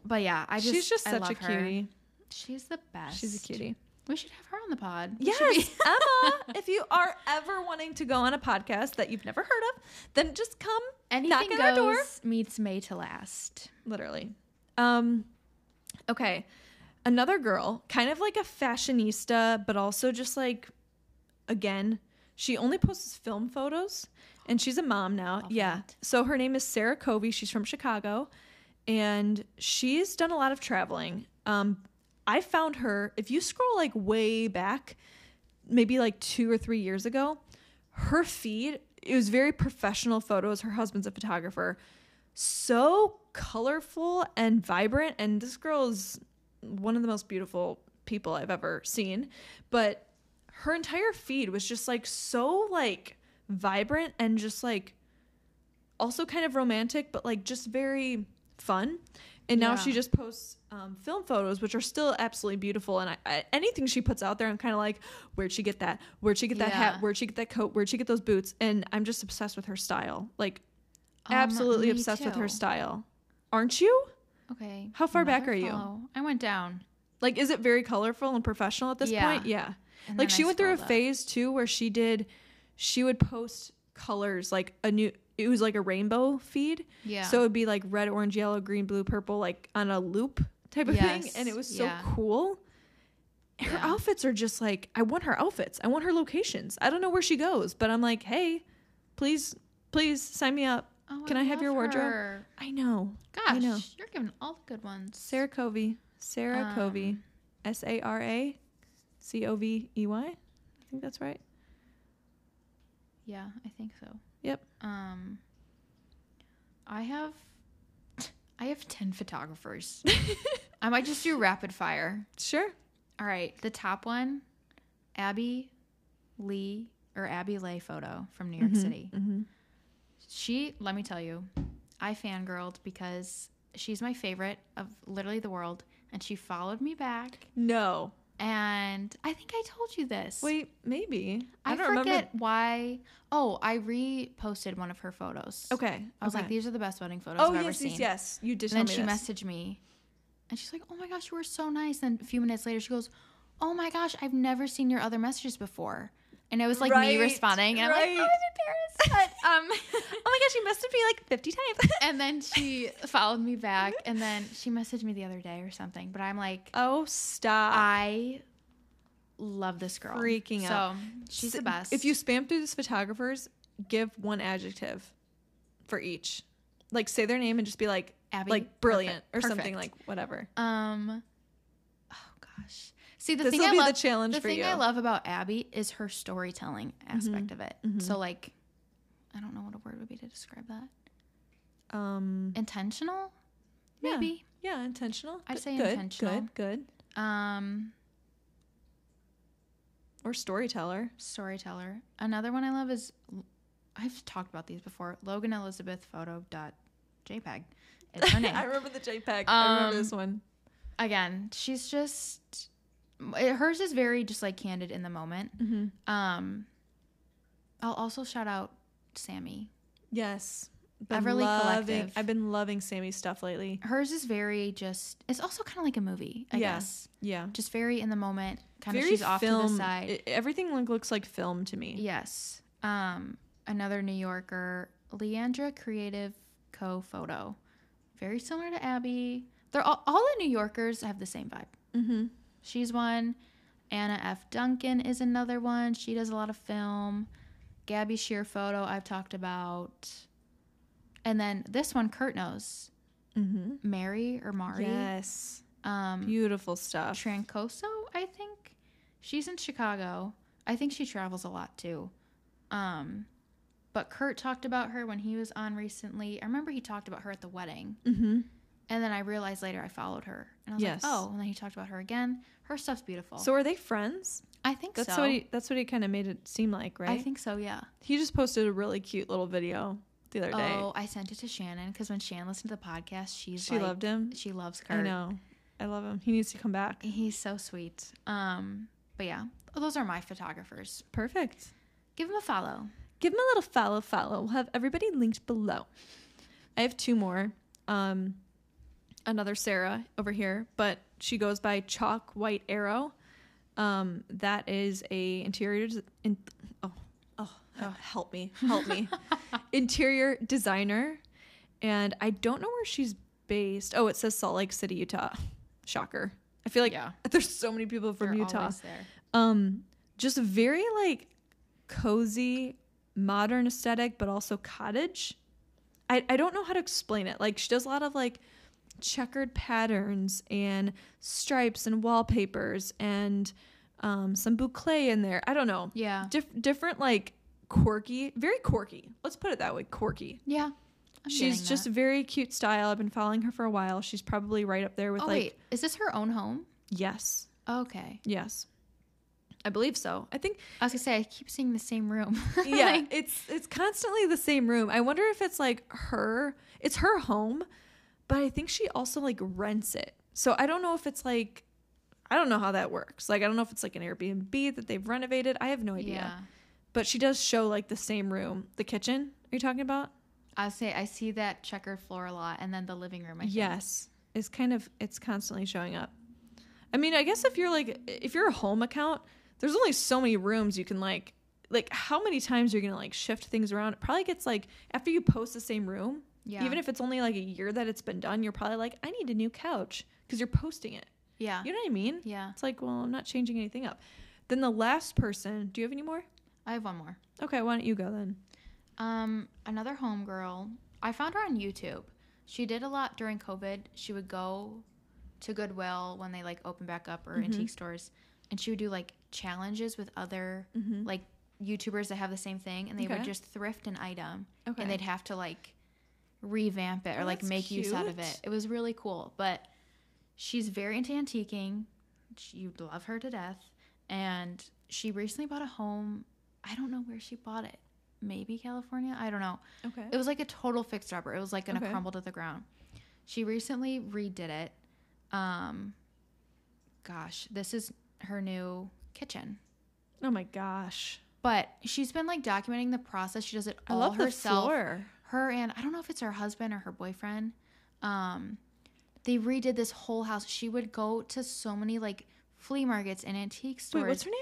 [SPEAKER 1] but yeah, I just
[SPEAKER 2] She's just
[SPEAKER 1] I
[SPEAKER 2] such
[SPEAKER 1] love
[SPEAKER 2] a
[SPEAKER 1] her.
[SPEAKER 2] cutie.
[SPEAKER 1] She's the best.
[SPEAKER 2] She's a cutie.
[SPEAKER 1] We should have her on the pod. We should
[SPEAKER 2] Yes, um,
[SPEAKER 1] be-
[SPEAKER 2] Emma. If you are ever wanting to go on a podcast that you've never heard of, then just come knock
[SPEAKER 1] Anything
[SPEAKER 2] on
[SPEAKER 1] goes
[SPEAKER 2] our door.
[SPEAKER 1] meets May to last.
[SPEAKER 2] Literally. Um, okay. Another girl, kind of like a fashionista, but also just like, again, she only posts film photos, and she's a mom now. yeah.
[SPEAKER 1] that.
[SPEAKER 2] So her name is Sarah Covey. She's from Chicago, and she's done a lot of traveling. Um, I found her if you scroll like way back, maybe like two or three years ago, her feed it was very professional photos. Her husband's a photographer, so colorful and vibrant. And this girl is one of the most beautiful people I've ever seen. But her entire feed was just like so like vibrant and just like also kind of romantic, but like just very fun. And now
[SPEAKER 1] Yeah.
[SPEAKER 2] she just posts um, film photos, which are still absolutely beautiful. And I, I, anything she puts out there, I'm kind of like, where'd she get that? Where'd she get that hat?
[SPEAKER 1] Yeah.
[SPEAKER 2] Where'd she get that coat? Where'd she get those boots? And I'm just obsessed with her style. Like,
[SPEAKER 1] Um,
[SPEAKER 2] absolutely
[SPEAKER 1] me
[SPEAKER 2] obsessed with her
[SPEAKER 1] too.
[SPEAKER 2] style. Aren't you?
[SPEAKER 1] Okay.
[SPEAKER 2] How far back
[SPEAKER 1] another
[SPEAKER 2] are you?
[SPEAKER 1] follow. I went down.
[SPEAKER 2] Like, is it very colorful and professional at this
[SPEAKER 1] Yeah.
[SPEAKER 2] point? Yeah.
[SPEAKER 1] and
[SPEAKER 2] Like,
[SPEAKER 1] then
[SPEAKER 2] she
[SPEAKER 1] I
[SPEAKER 2] went through a
[SPEAKER 1] scrolled up.
[SPEAKER 2] phase too where she did, she would post colors, like a new, it was like a rainbow feed.
[SPEAKER 1] Yeah.
[SPEAKER 2] So it would be like red, orange, yellow, green, blue, purple, like on a loop type of thing.
[SPEAKER 1] Yes,
[SPEAKER 2] And it was so
[SPEAKER 1] yeah.
[SPEAKER 2] cool. Her
[SPEAKER 1] Yeah.
[SPEAKER 2] outfits are just like, I want her outfits. I want her locations. I don't know where she goes, but I'm like, hey, please, please sign me up.
[SPEAKER 1] Oh,
[SPEAKER 2] Can I have your
[SPEAKER 1] love
[SPEAKER 2] wardrobe?
[SPEAKER 1] her.
[SPEAKER 2] I know.
[SPEAKER 1] Gosh,
[SPEAKER 2] know.
[SPEAKER 1] you're giving all the good ones.
[SPEAKER 2] Sarah Covey. Sarah Covey.
[SPEAKER 1] Um,
[SPEAKER 2] S A R A C O V E Y. I think that's right.
[SPEAKER 1] Yeah, I think so.
[SPEAKER 2] Yep.
[SPEAKER 1] Um, I have, I have ten photographers. I might just do rapid fire.
[SPEAKER 2] Sure.
[SPEAKER 1] All right, the top one, Abby Lee or Abby Lay photo from New York City.
[SPEAKER 2] Mm-hmm.
[SPEAKER 1] She, let me tell you, I fangirled because she's my favorite of literally the world, and she followed me back.
[SPEAKER 2] No.
[SPEAKER 1] And I think I told you this.
[SPEAKER 2] Wait, maybe.
[SPEAKER 1] I, forget why. Oh, I reposted one of her photos.
[SPEAKER 2] Okay.
[SPEAKER 1] I was
[SPEAKER 2] okay.
[SPEAKER 1] like, these are the best wedding photos
[SPEAKER 2] Oh,
[SPEAKER 1] I've ever
[SPEAKER 2] yes,
[SPEAKER 1] seen.
[SPEAKER 2] yes, yes. You did
[SPEAKER 1] And then
[SPEAKER 2] tell
[SPEAKER 1] she
[SPEAKER 2] me this.
[SPEAKER 1] messaged me and she's like, oh my gosh, you were so nice. And a few minutes later, she goes, oh my gosh, I've never seen your other messages before. And it was like
[SPEAKER 2] Right,
[SPEAKER 1] me responding. And I'm
[SPEAKER 2] right.
[SPEAKER 1] like, oh, I'm embarrassed. But, um,
[SPEAKER 2] oh my gosh, you messaged me like 50 times.
[SPEAKER 1] and then she followed me back. And then she messaged me the other day or something. But I'm like,
[SPEAKER 2] oh, stop.
[SPEAKER 1] I love this girl.
[SPEAKER 2] Freaking
[SPEAKER 1] so,
[SPEAKER 2] out.
[SPEAKER 1] she's
[SPEAKER 2] S-
[SPEAKER 1] the best.
[SPEAKER 2] If you spam through these photographers, give one adjective for each. Like say their name and just be like
[SPEAKER 1] Abby,
[SPEAKER 2] like brilliant
[SPEAKER 1] perfect,
[SPEAKER 2] or something like
[SPEAKER 1] perfect.
[SPEAKER 2] whatever.
[SPEAKER 1] Um, oh gosh. See, the
[SPEAKER 2] This
[SPEAKER 1] thing
[SPEAKER 2] will
[SPEAKER 1] I
[SPEAKER 2] be
[SPEAKER 1] love,
[SPEAKER 2] the challenge
[SPEAKER 1] the
[SPEAKER 2] for
[SPEAKER 1] thing I
[SPEAKER 2] you. Mm-hmm.
[SPEAKER 1] love about Abby is her storytelling aspect of it. So like, I don't know what a word would be to describe that.
[SPEAKER 2] Um
[SPEAKER 1] Intentional,
[SPEAKER 2] Yeah.
[SPEAKER 1] maybe.
[SPEAKER 2] yeah, intentional.
[SPEAKER 1] I'd
[SPEAKER 2] Good-
[SPEAKER 1] say
[SPEAKER 2] good,
[SPEAKER 1] intentional.
[SPEAKER 2] Good, good.
[SPEAKER 1] Um,
[SPEAKER 2] Or storyteller.
[SPEAKER 1] storyteller. Another one I love is I've talked about these before. Logan Elizabeth photo dot JPEG is her name.
[SPEAKER 2] I remember the JPEG. I remember
[SPEAKER 1] Um,
[SPEAKER 2] this one.
[SPEAKER 1] Again, she's just hers is very just like candid in the moment.
[SPEAKER 2] Mm-hmm.
[SPEAKER 1] Um, I'll also shout out Sammy.
[SPEAKER 2] Yes.
[SPEAKER 1] Everly
[SPEAKER 2] loving,
[SPEAKER 1] Collective.
[SPEAKER 2] I've been loving Sammy's stuff lately.
[SPEAKER 1] Hers is very just. It's also kind of like a movie, I
[SPEAKER 2] Yeah.
[SPEAKER 1] guess.
[SPEAKER 2] Yeah.
[SPEAKER 1] Just very in the moment. Kind of
[SPEAKER 2] Very
[SPEAKER 1] she's off to
[SPEAKER 2] film-
[SPEAKER 1] the side.
[SPEAKER 2] it- everything look- looks like film to me.
[SPEAKER 1] yes. Um, another New Yorker, Leandra Creative Co. Photo, very similar to Abby, They're all, all the New Yorkers have the same vibe.
[SPEAKER 2] Mm-hmm.
[SPEAKER 1] She's one. Anna F. Duncan is another one. She does a lot of film. Gabby Shearphoto, I've talked about. And then this one, Kurt knows.
[SPEAKER 2] Mm-hmm.
[SPEAKER 1] Mary or Mari.
[SPEAKER 2] Yes.
[SPEAKER 1] Um,
[SPEAKER 2] Beautiful stuff.
[SPEAKER 1] Trancoso, I think. She's in Chicago. I think she travels a lot too. Um, but Kurt talked about her when he was on recently. I remember he talked about her at the wedding.
[SPEAKER 2] mm-hmm.
[SPEAKER 1] And then I realized later I followed her. And I was
[SPEAKER 2] Yes.
[SPEAKER 1] like, oh, and then he talked about her again. Her stuff's beautiful.
[SPEAKER 2] So are they friends?
[SPEAKER 1] I think
[SPEAKER 2] That's
[SPEAKER 1] so.
[SPEAKER 2] what he, that's what he kind of made it seem like, right?
[SPEAKER 1] I think so, yeah.
[SPEAKER 2] he just posted a really cute little video the other day.
[SPEAKER 1] Oh, I sent it to Shannon because when Shannon listened to the podcast, she's
[SPEAKER 2] she
[SPEAKER 1] like,
[SPEAKER 2] loved him.
[SPEAKER 1] She loves Kurt.
[SPEAKER 2] I know. I love him. He needs to come back.
[SPEAKER 1] He's so sweet. Um, but yeah, Oh, those are my photographers.
[SPEAKER 2] Perfect.
[SPEAKER 1] Give him a follow.
[SPEAKER 2] Give him a little follow follow. We'll have everybody linked below. I have two more. Um another Sarah over here, but she goes by Chalk White Arrow. Um that is a interior des- in, oh, oh,
[SPEAKER 1] Oh.
[SPEAKER 2] help me. Help me. interior designer and I don't know where she's based. Oh, it says Salt Lake City, Utah. Shocker. I feel like
[SPEAKER 1] Yeah.
[SPEAKER 2] there's so many people from
[SPEAKER 1] They're
[SPEAKER 2] Utah
[SPEAKER 1] always there.
[SPEAKER 2] um just very like cozy modern aesthetic but also cottage I, I don't know how to explain it like she does a lot of like checkered patterns and stripes and wallpapers and um, some boucle in there i don't know
[SPEAKER 1] Yeah.
[SPEAKER 2] Dif- different like quirky very quirky let's put it that way quirky
[SPEAKER 1] Yeah. I'm
[SPEAKER 2] she's
[SPEAKER 1] getting
[SPEAKER 2] just
[SPEAKER 1] that.
[SPEAKER 2] very cute style i've been following her for a while she's probably right up there with
[SPEAKER 1] Oh
[SPEAKER 2] like
[SPEAKER 1] wait, is this her own home?
[SPEAKER 2] yes
[SPEAKER 1] Okay.
[SPEAKER 2] yes i believe so i think
[SPEAKER 1] I was gonna say I keep seeing the same room.
[SPEAKER 2] yeah
[SPEAKER 1] Like,
[SPEAKER 2] it's it's constantly the same room i wonder if it's like her it's her home but i think she also like rents it so i don't know if it's like i don't know how that works like i don't know if it's like an airbnb that they've renovated i have no idea
[SPEAKER 1] yeah.
[SPEAKER 2] but she does show like the same room the kitchen are you talking about
[SPEAKER 1] I will say I see that checkered floor a lot, and then the living room. I think.
[SPEAKER 2] yes it's kind of it's constantly showing up i mean i guess if you're like if you're a home account there's only so many rooms you can like like how many times you're gonna like shift things around it probably gets like after you post the same room
[SPEAKER 1] Yeah.
[SPEAKER 2] even if it's only like a year that it's been done you're probably like i need a new couch because you're posting it
[SPEAKER 1] yeah.
[SPEAKER 2] you know what i mean
[SPEAKER 1] Yeah.
[SPEAKER 2] it's like well i'm not changing anything up then the last person do you have any more
[SPEAKER 1] I have one more.
[SPEAKER 2] okay why don't you go then
[SPEAKER 1] Um, another homegirl. I found her on YouTube. She did a lot during COVID. She would go to Goodwill when they like open back up
[SPEAKER 2] Mm-hmm.
[SPEAKER 1] or antique stores, and she would do like challenges with other
[SPEAKER 2] Mhm.
[SPEAKER 1] like YouTubers that have the same thing, and they
[SPEAKER 2] Okay.
[SPEAKER 1] would just thrift an item,
[SPEAKER 2] okay
[SPEAKER 1] and they'd have to like revamp it or
[SPEAKER 2] Oh,
[SPEAKER 1] like
[SPEAKER 2] that's
[SPEAKER 1] make use out of
[SPEAKER 2] cute.
[SPEAKER 1] it. It was really cool. But she's very into antiquing. She- You'd love her to death, and she recently bought a home. I don't know where she bought it. Maybe California. I don't know.
[SPEAKER 2] okay
[SPEAKER 1] It was like a total fixed upper. It was like gonna
[SPEAKER 2] Okay.
[SPEAKER 1] crumble to the ground. She recently redid it. Um gosh, this is her new kitchen.
[SPEAKER 2] oh my gosh
[SPEAKER 1] But she's been like documenting the process. She does it
[SPEAKER 2] i
[SPEAKER 1] all
[SPEAKER 2] love
[SPEAKER 1] herself.
[SPEAKER 2] the floor
[SPEAKER 1] Her and I don't know if it's her husband or her boyfriend. Um they redid this whole house. She would go to so many like flea markets and antique
[SPEAKER 2] wait what's
[SPEAKER 1] stores.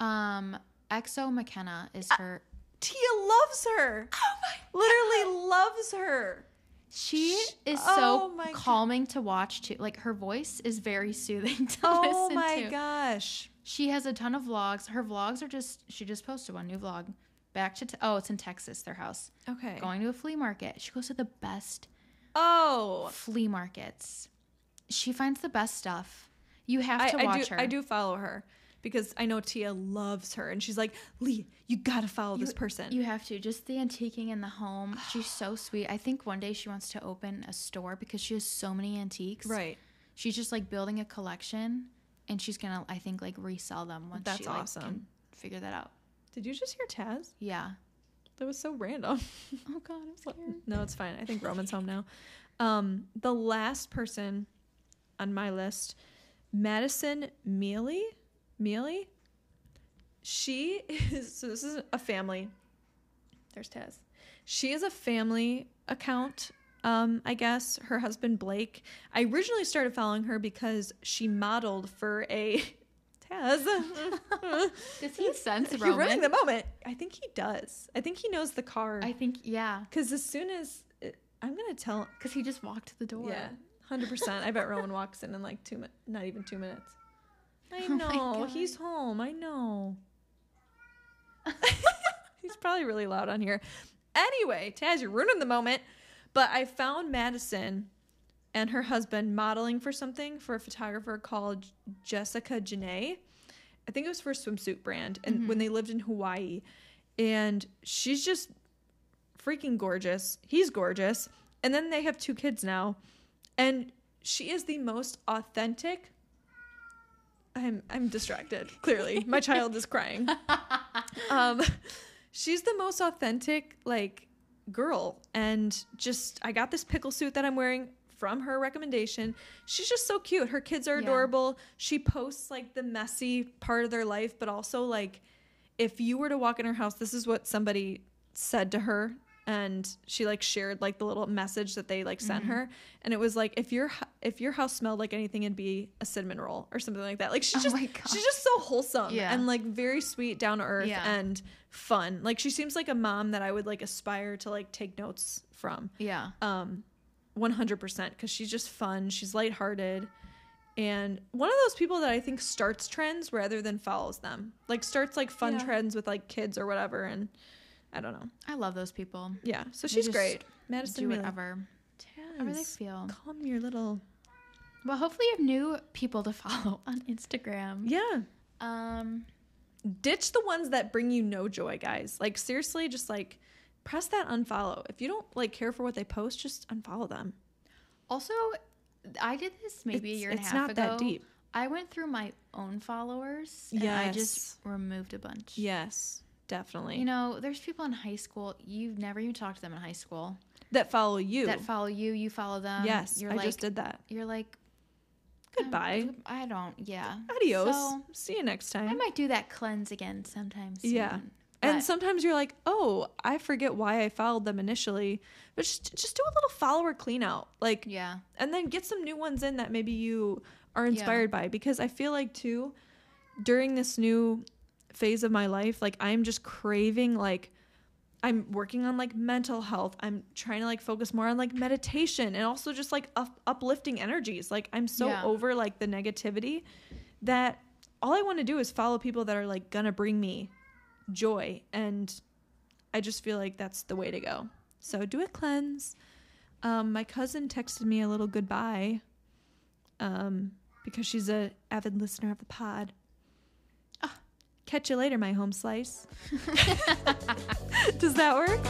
[SPEAKER 2] her Uh, name
[SPEAKER 1] um Exo McKenna is her
[SPEAKER 2] Tia loves her. Oh my Literally loves her.
[SPEAKER 1] She
[SPEAKER 2] Sh-
[SPEAKER 1] is
[SPEAKER 2] oh
[SPEAKER 1] so
[SPEAKER 2] my go-
[SPEAKER 1] calming to watch too. Like her voice is very soothing to
[SPEAKER 2] Oh
[SPEAKER 1] listen
[SPEAKER 2] my
[SPEAKER 1] to.
[SPEAKER 2] gosh.
[SPEAKER 1] She has a ton of vlogs. Her vlogs are just she just posted one new vlog. Back to te- oh, it's in Texas, their house.
[SPEAKER 2] Okay.
[SPEAKER 1] Going to a flea market. She goes to the best
[SPEAKER 2] Oh.
[SPEAKER 1] flea markets. She finds the best stuff. You have
[SPEAKER 2] I,
[SPEAKER 1] to
[SPEAKER 2] I
[SPEAKER 1] watch
[SPEAKER 2] do
[SPEAKER 1] her.
[SPEAKER 2] I do follow her because I know Tia loves her and she's like, Lee, you gotta follow this person.
[SPEAKER 1] You have to. Just the antiquing in the home. She's so sweet. I think one day she wants to open a store because she has so many antiques.
[SPEAKER 2] right.
[SPEAKER 1] she's just like building a collection and she's gonna i think like resell them once
[SPEAKER 2] That's
[SPEAKER 1] she like,
[SPEAKER 2] awesome.
[SPEAKER 1] can figure that out
[SPEAKER 2] Did you just hear Taz?
[SPEAKER 1] yeah
[SPEAKER 2] That was so random.
[SPEAKER 1] oh god i'm scared
[SPEAKER 2] No, it's fine. I think Roman's home now. Um, the last person on my list, Madison Mealy. Mealy. She is so this is a family. There's Taz. She is a family account. Um, I guess her husband Blake. I originally started following her because she modeled for a Taz.
[SPEAKER 1] does he sense
[SPEAKER 2] You're
[SPEAKER 1] Roman?
[SPEAKER 2] running the moment. I think he does. I think he knows the card.
[SPEAKER 1] i think yeah
[SPEAKER 2] Because as soon as it, I'm gonna tell,
[SPEAKER 1] because he just walked to the door
[SPEAKER 2] yeah, Hundred percent. I bet Rowan walks in in like two, mi- not even two minutes. I
[SPEAKER 1] Oh my
[SPEAKER 2] know
[SPEAKER 1] God.
[SPEAKER 2] he's home. I know. he's probably really loud on here. Anyway, Taz, you're ruining the moment. But I found Madison and her husband modeling for something for a photographer called J- Jessica Janae. I think it was for a swimsuit brand, and when they lived in Hawaii, and she's just freaking gorgeous. He's gorgeous, and then they have two kids now, and she is the most authentic. I'm I'm distracted. Clearly, my child is crying. Um, she's the most authentic like girl, and just I got this pickle suit that I'm wearing from her recommendation. She's just so cute. Her kids are
[SPEAKER 1] Yeah.
[SPEAKER 2] adorable. She posts like the messy part of their life, but also like if you were to walk in her house, this is what somebody said to her and she like shared like the little message that they like
[SPEAKER 1] Mm-hmm.
[SPEAKER 2] sent her and it was like if your hu- if your house smelled like anything it'd be a cinnamon roll or something like that like she's
[SPEAKER 1] Oh
[SPEAKER 2] just
[SPEAKER 1] my
[SPEAKER 2] she's
[SPEAKER 1] gosh.
[SPEAKER 2] just so wholesome
[SPEAKER 1] Yeah.
[SPEAKER 2] and like very sweet down to earth
[SPEAKER 1] Yeah.
[SPEAKER 2] and fun like she seems like a mom that i would like aspire to like take notes from
[SPEAKER 1] Yeah.
[SPEAKER 2] um 100% because she's just fun she's lighthearted and one of those people that i think starts trends rather than follows them like starts like fun
[SPEAKER 1] Yeah.
[SPEAKER 2] trends with like kids or whatever and i don't know
[SPEAKER 1] I love those people.
[SPEAKER 2] yeah so
[SPEAKER 1] They
[SPEAKER 2] she's
[SPEAKER 1] just
[SPEAKER 2] great
[SPEAKER 1] Just
[SPEAKER 2] madison
[SPEAKER 1] do
[SPEAKER 2] Wheeler.
[SPEAKER 1] whatever. However they
[SPEAKER 2] Taz,
[SPEAKER 1] feel.
[SPEAKER 2] calm your little
[SPEAKER 1] Well, hopefully you have new people to follow on Instagram.
[SPEAKER 2] yeah
[SPEAKER 1] Um
[SPEAKER 2] ditch the ones that bring you no joy guys like seriously just like press that unfollow if you don't like care for what they post just unfollow them
[SPEAKER 1] also I did this maybe a
[SPEAKER 2] It's-
[SPEAKER 1] year and a
[SPEAKER 2] it's
[SPEAKER 1] half
[SPEAKER 2] not
[SPEAKER 1] ago.
[SPEAKER 2] that deep.
[SPEAKER 1] I went through my own followers and I just removed a bunch.
[SPEAKER 2] yes definitely
[SPEAKER 1] You know, there's people in high school, you've never even talked to them in high school
[SPEAKER 2] that follow you
[SPEAKER 1] that follow you, you follow them.
[SPEAKER 2] yes
[SPEAKER 1] Um, You're
[SPEAKER 2] i
[SPEAKER 1] like
[SPEAKER 2] just did that
[SPEAKER 1] you're like um,
[SPEAKER 2] goodbye
[SPEAKER 1] I don't yeah.
[SPEAKER 2] adios
[SPEAKER 1] So,
[SPEAKER 2] see you next time
[SPEAKER 1] I might do that cleanse again sometime soon.
[SPEAKER 2] Yeah.
[SPEAKER 1] but-
[SPEAKER 2] and sometimes you're like oh i forget why i followed them initially but just, just do a little follower clean out like
[SPEAKER 1] Yeah.
[SPEAKER 2] and then get some new ones in that maybe you are inspired by because i feel like too during this new phase of my life like i'm just craving like i'm working on like mental health i'm trying to like focus more on like meditation and also just like up- uplifting energies like i'm so
[SPEAKER 1] Yeah.
[SPEAKER 2] over like the negativity that all i want to do is follow people that are like gonna bring me joy and i just feel like that's the way to go so do a cleanse um, my cousin texted me a little goodbye um, because she's a avid listener of the pod. Ah, catch you later, my home slice. Does that work?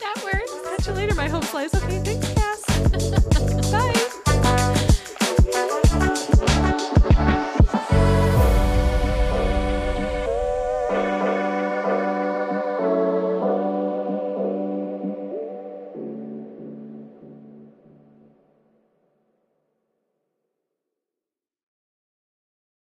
[SPEAKER 1] That works.
[SPEAKER 2] Catch you later, my home slice. Okay, thanks, Cass. Bye.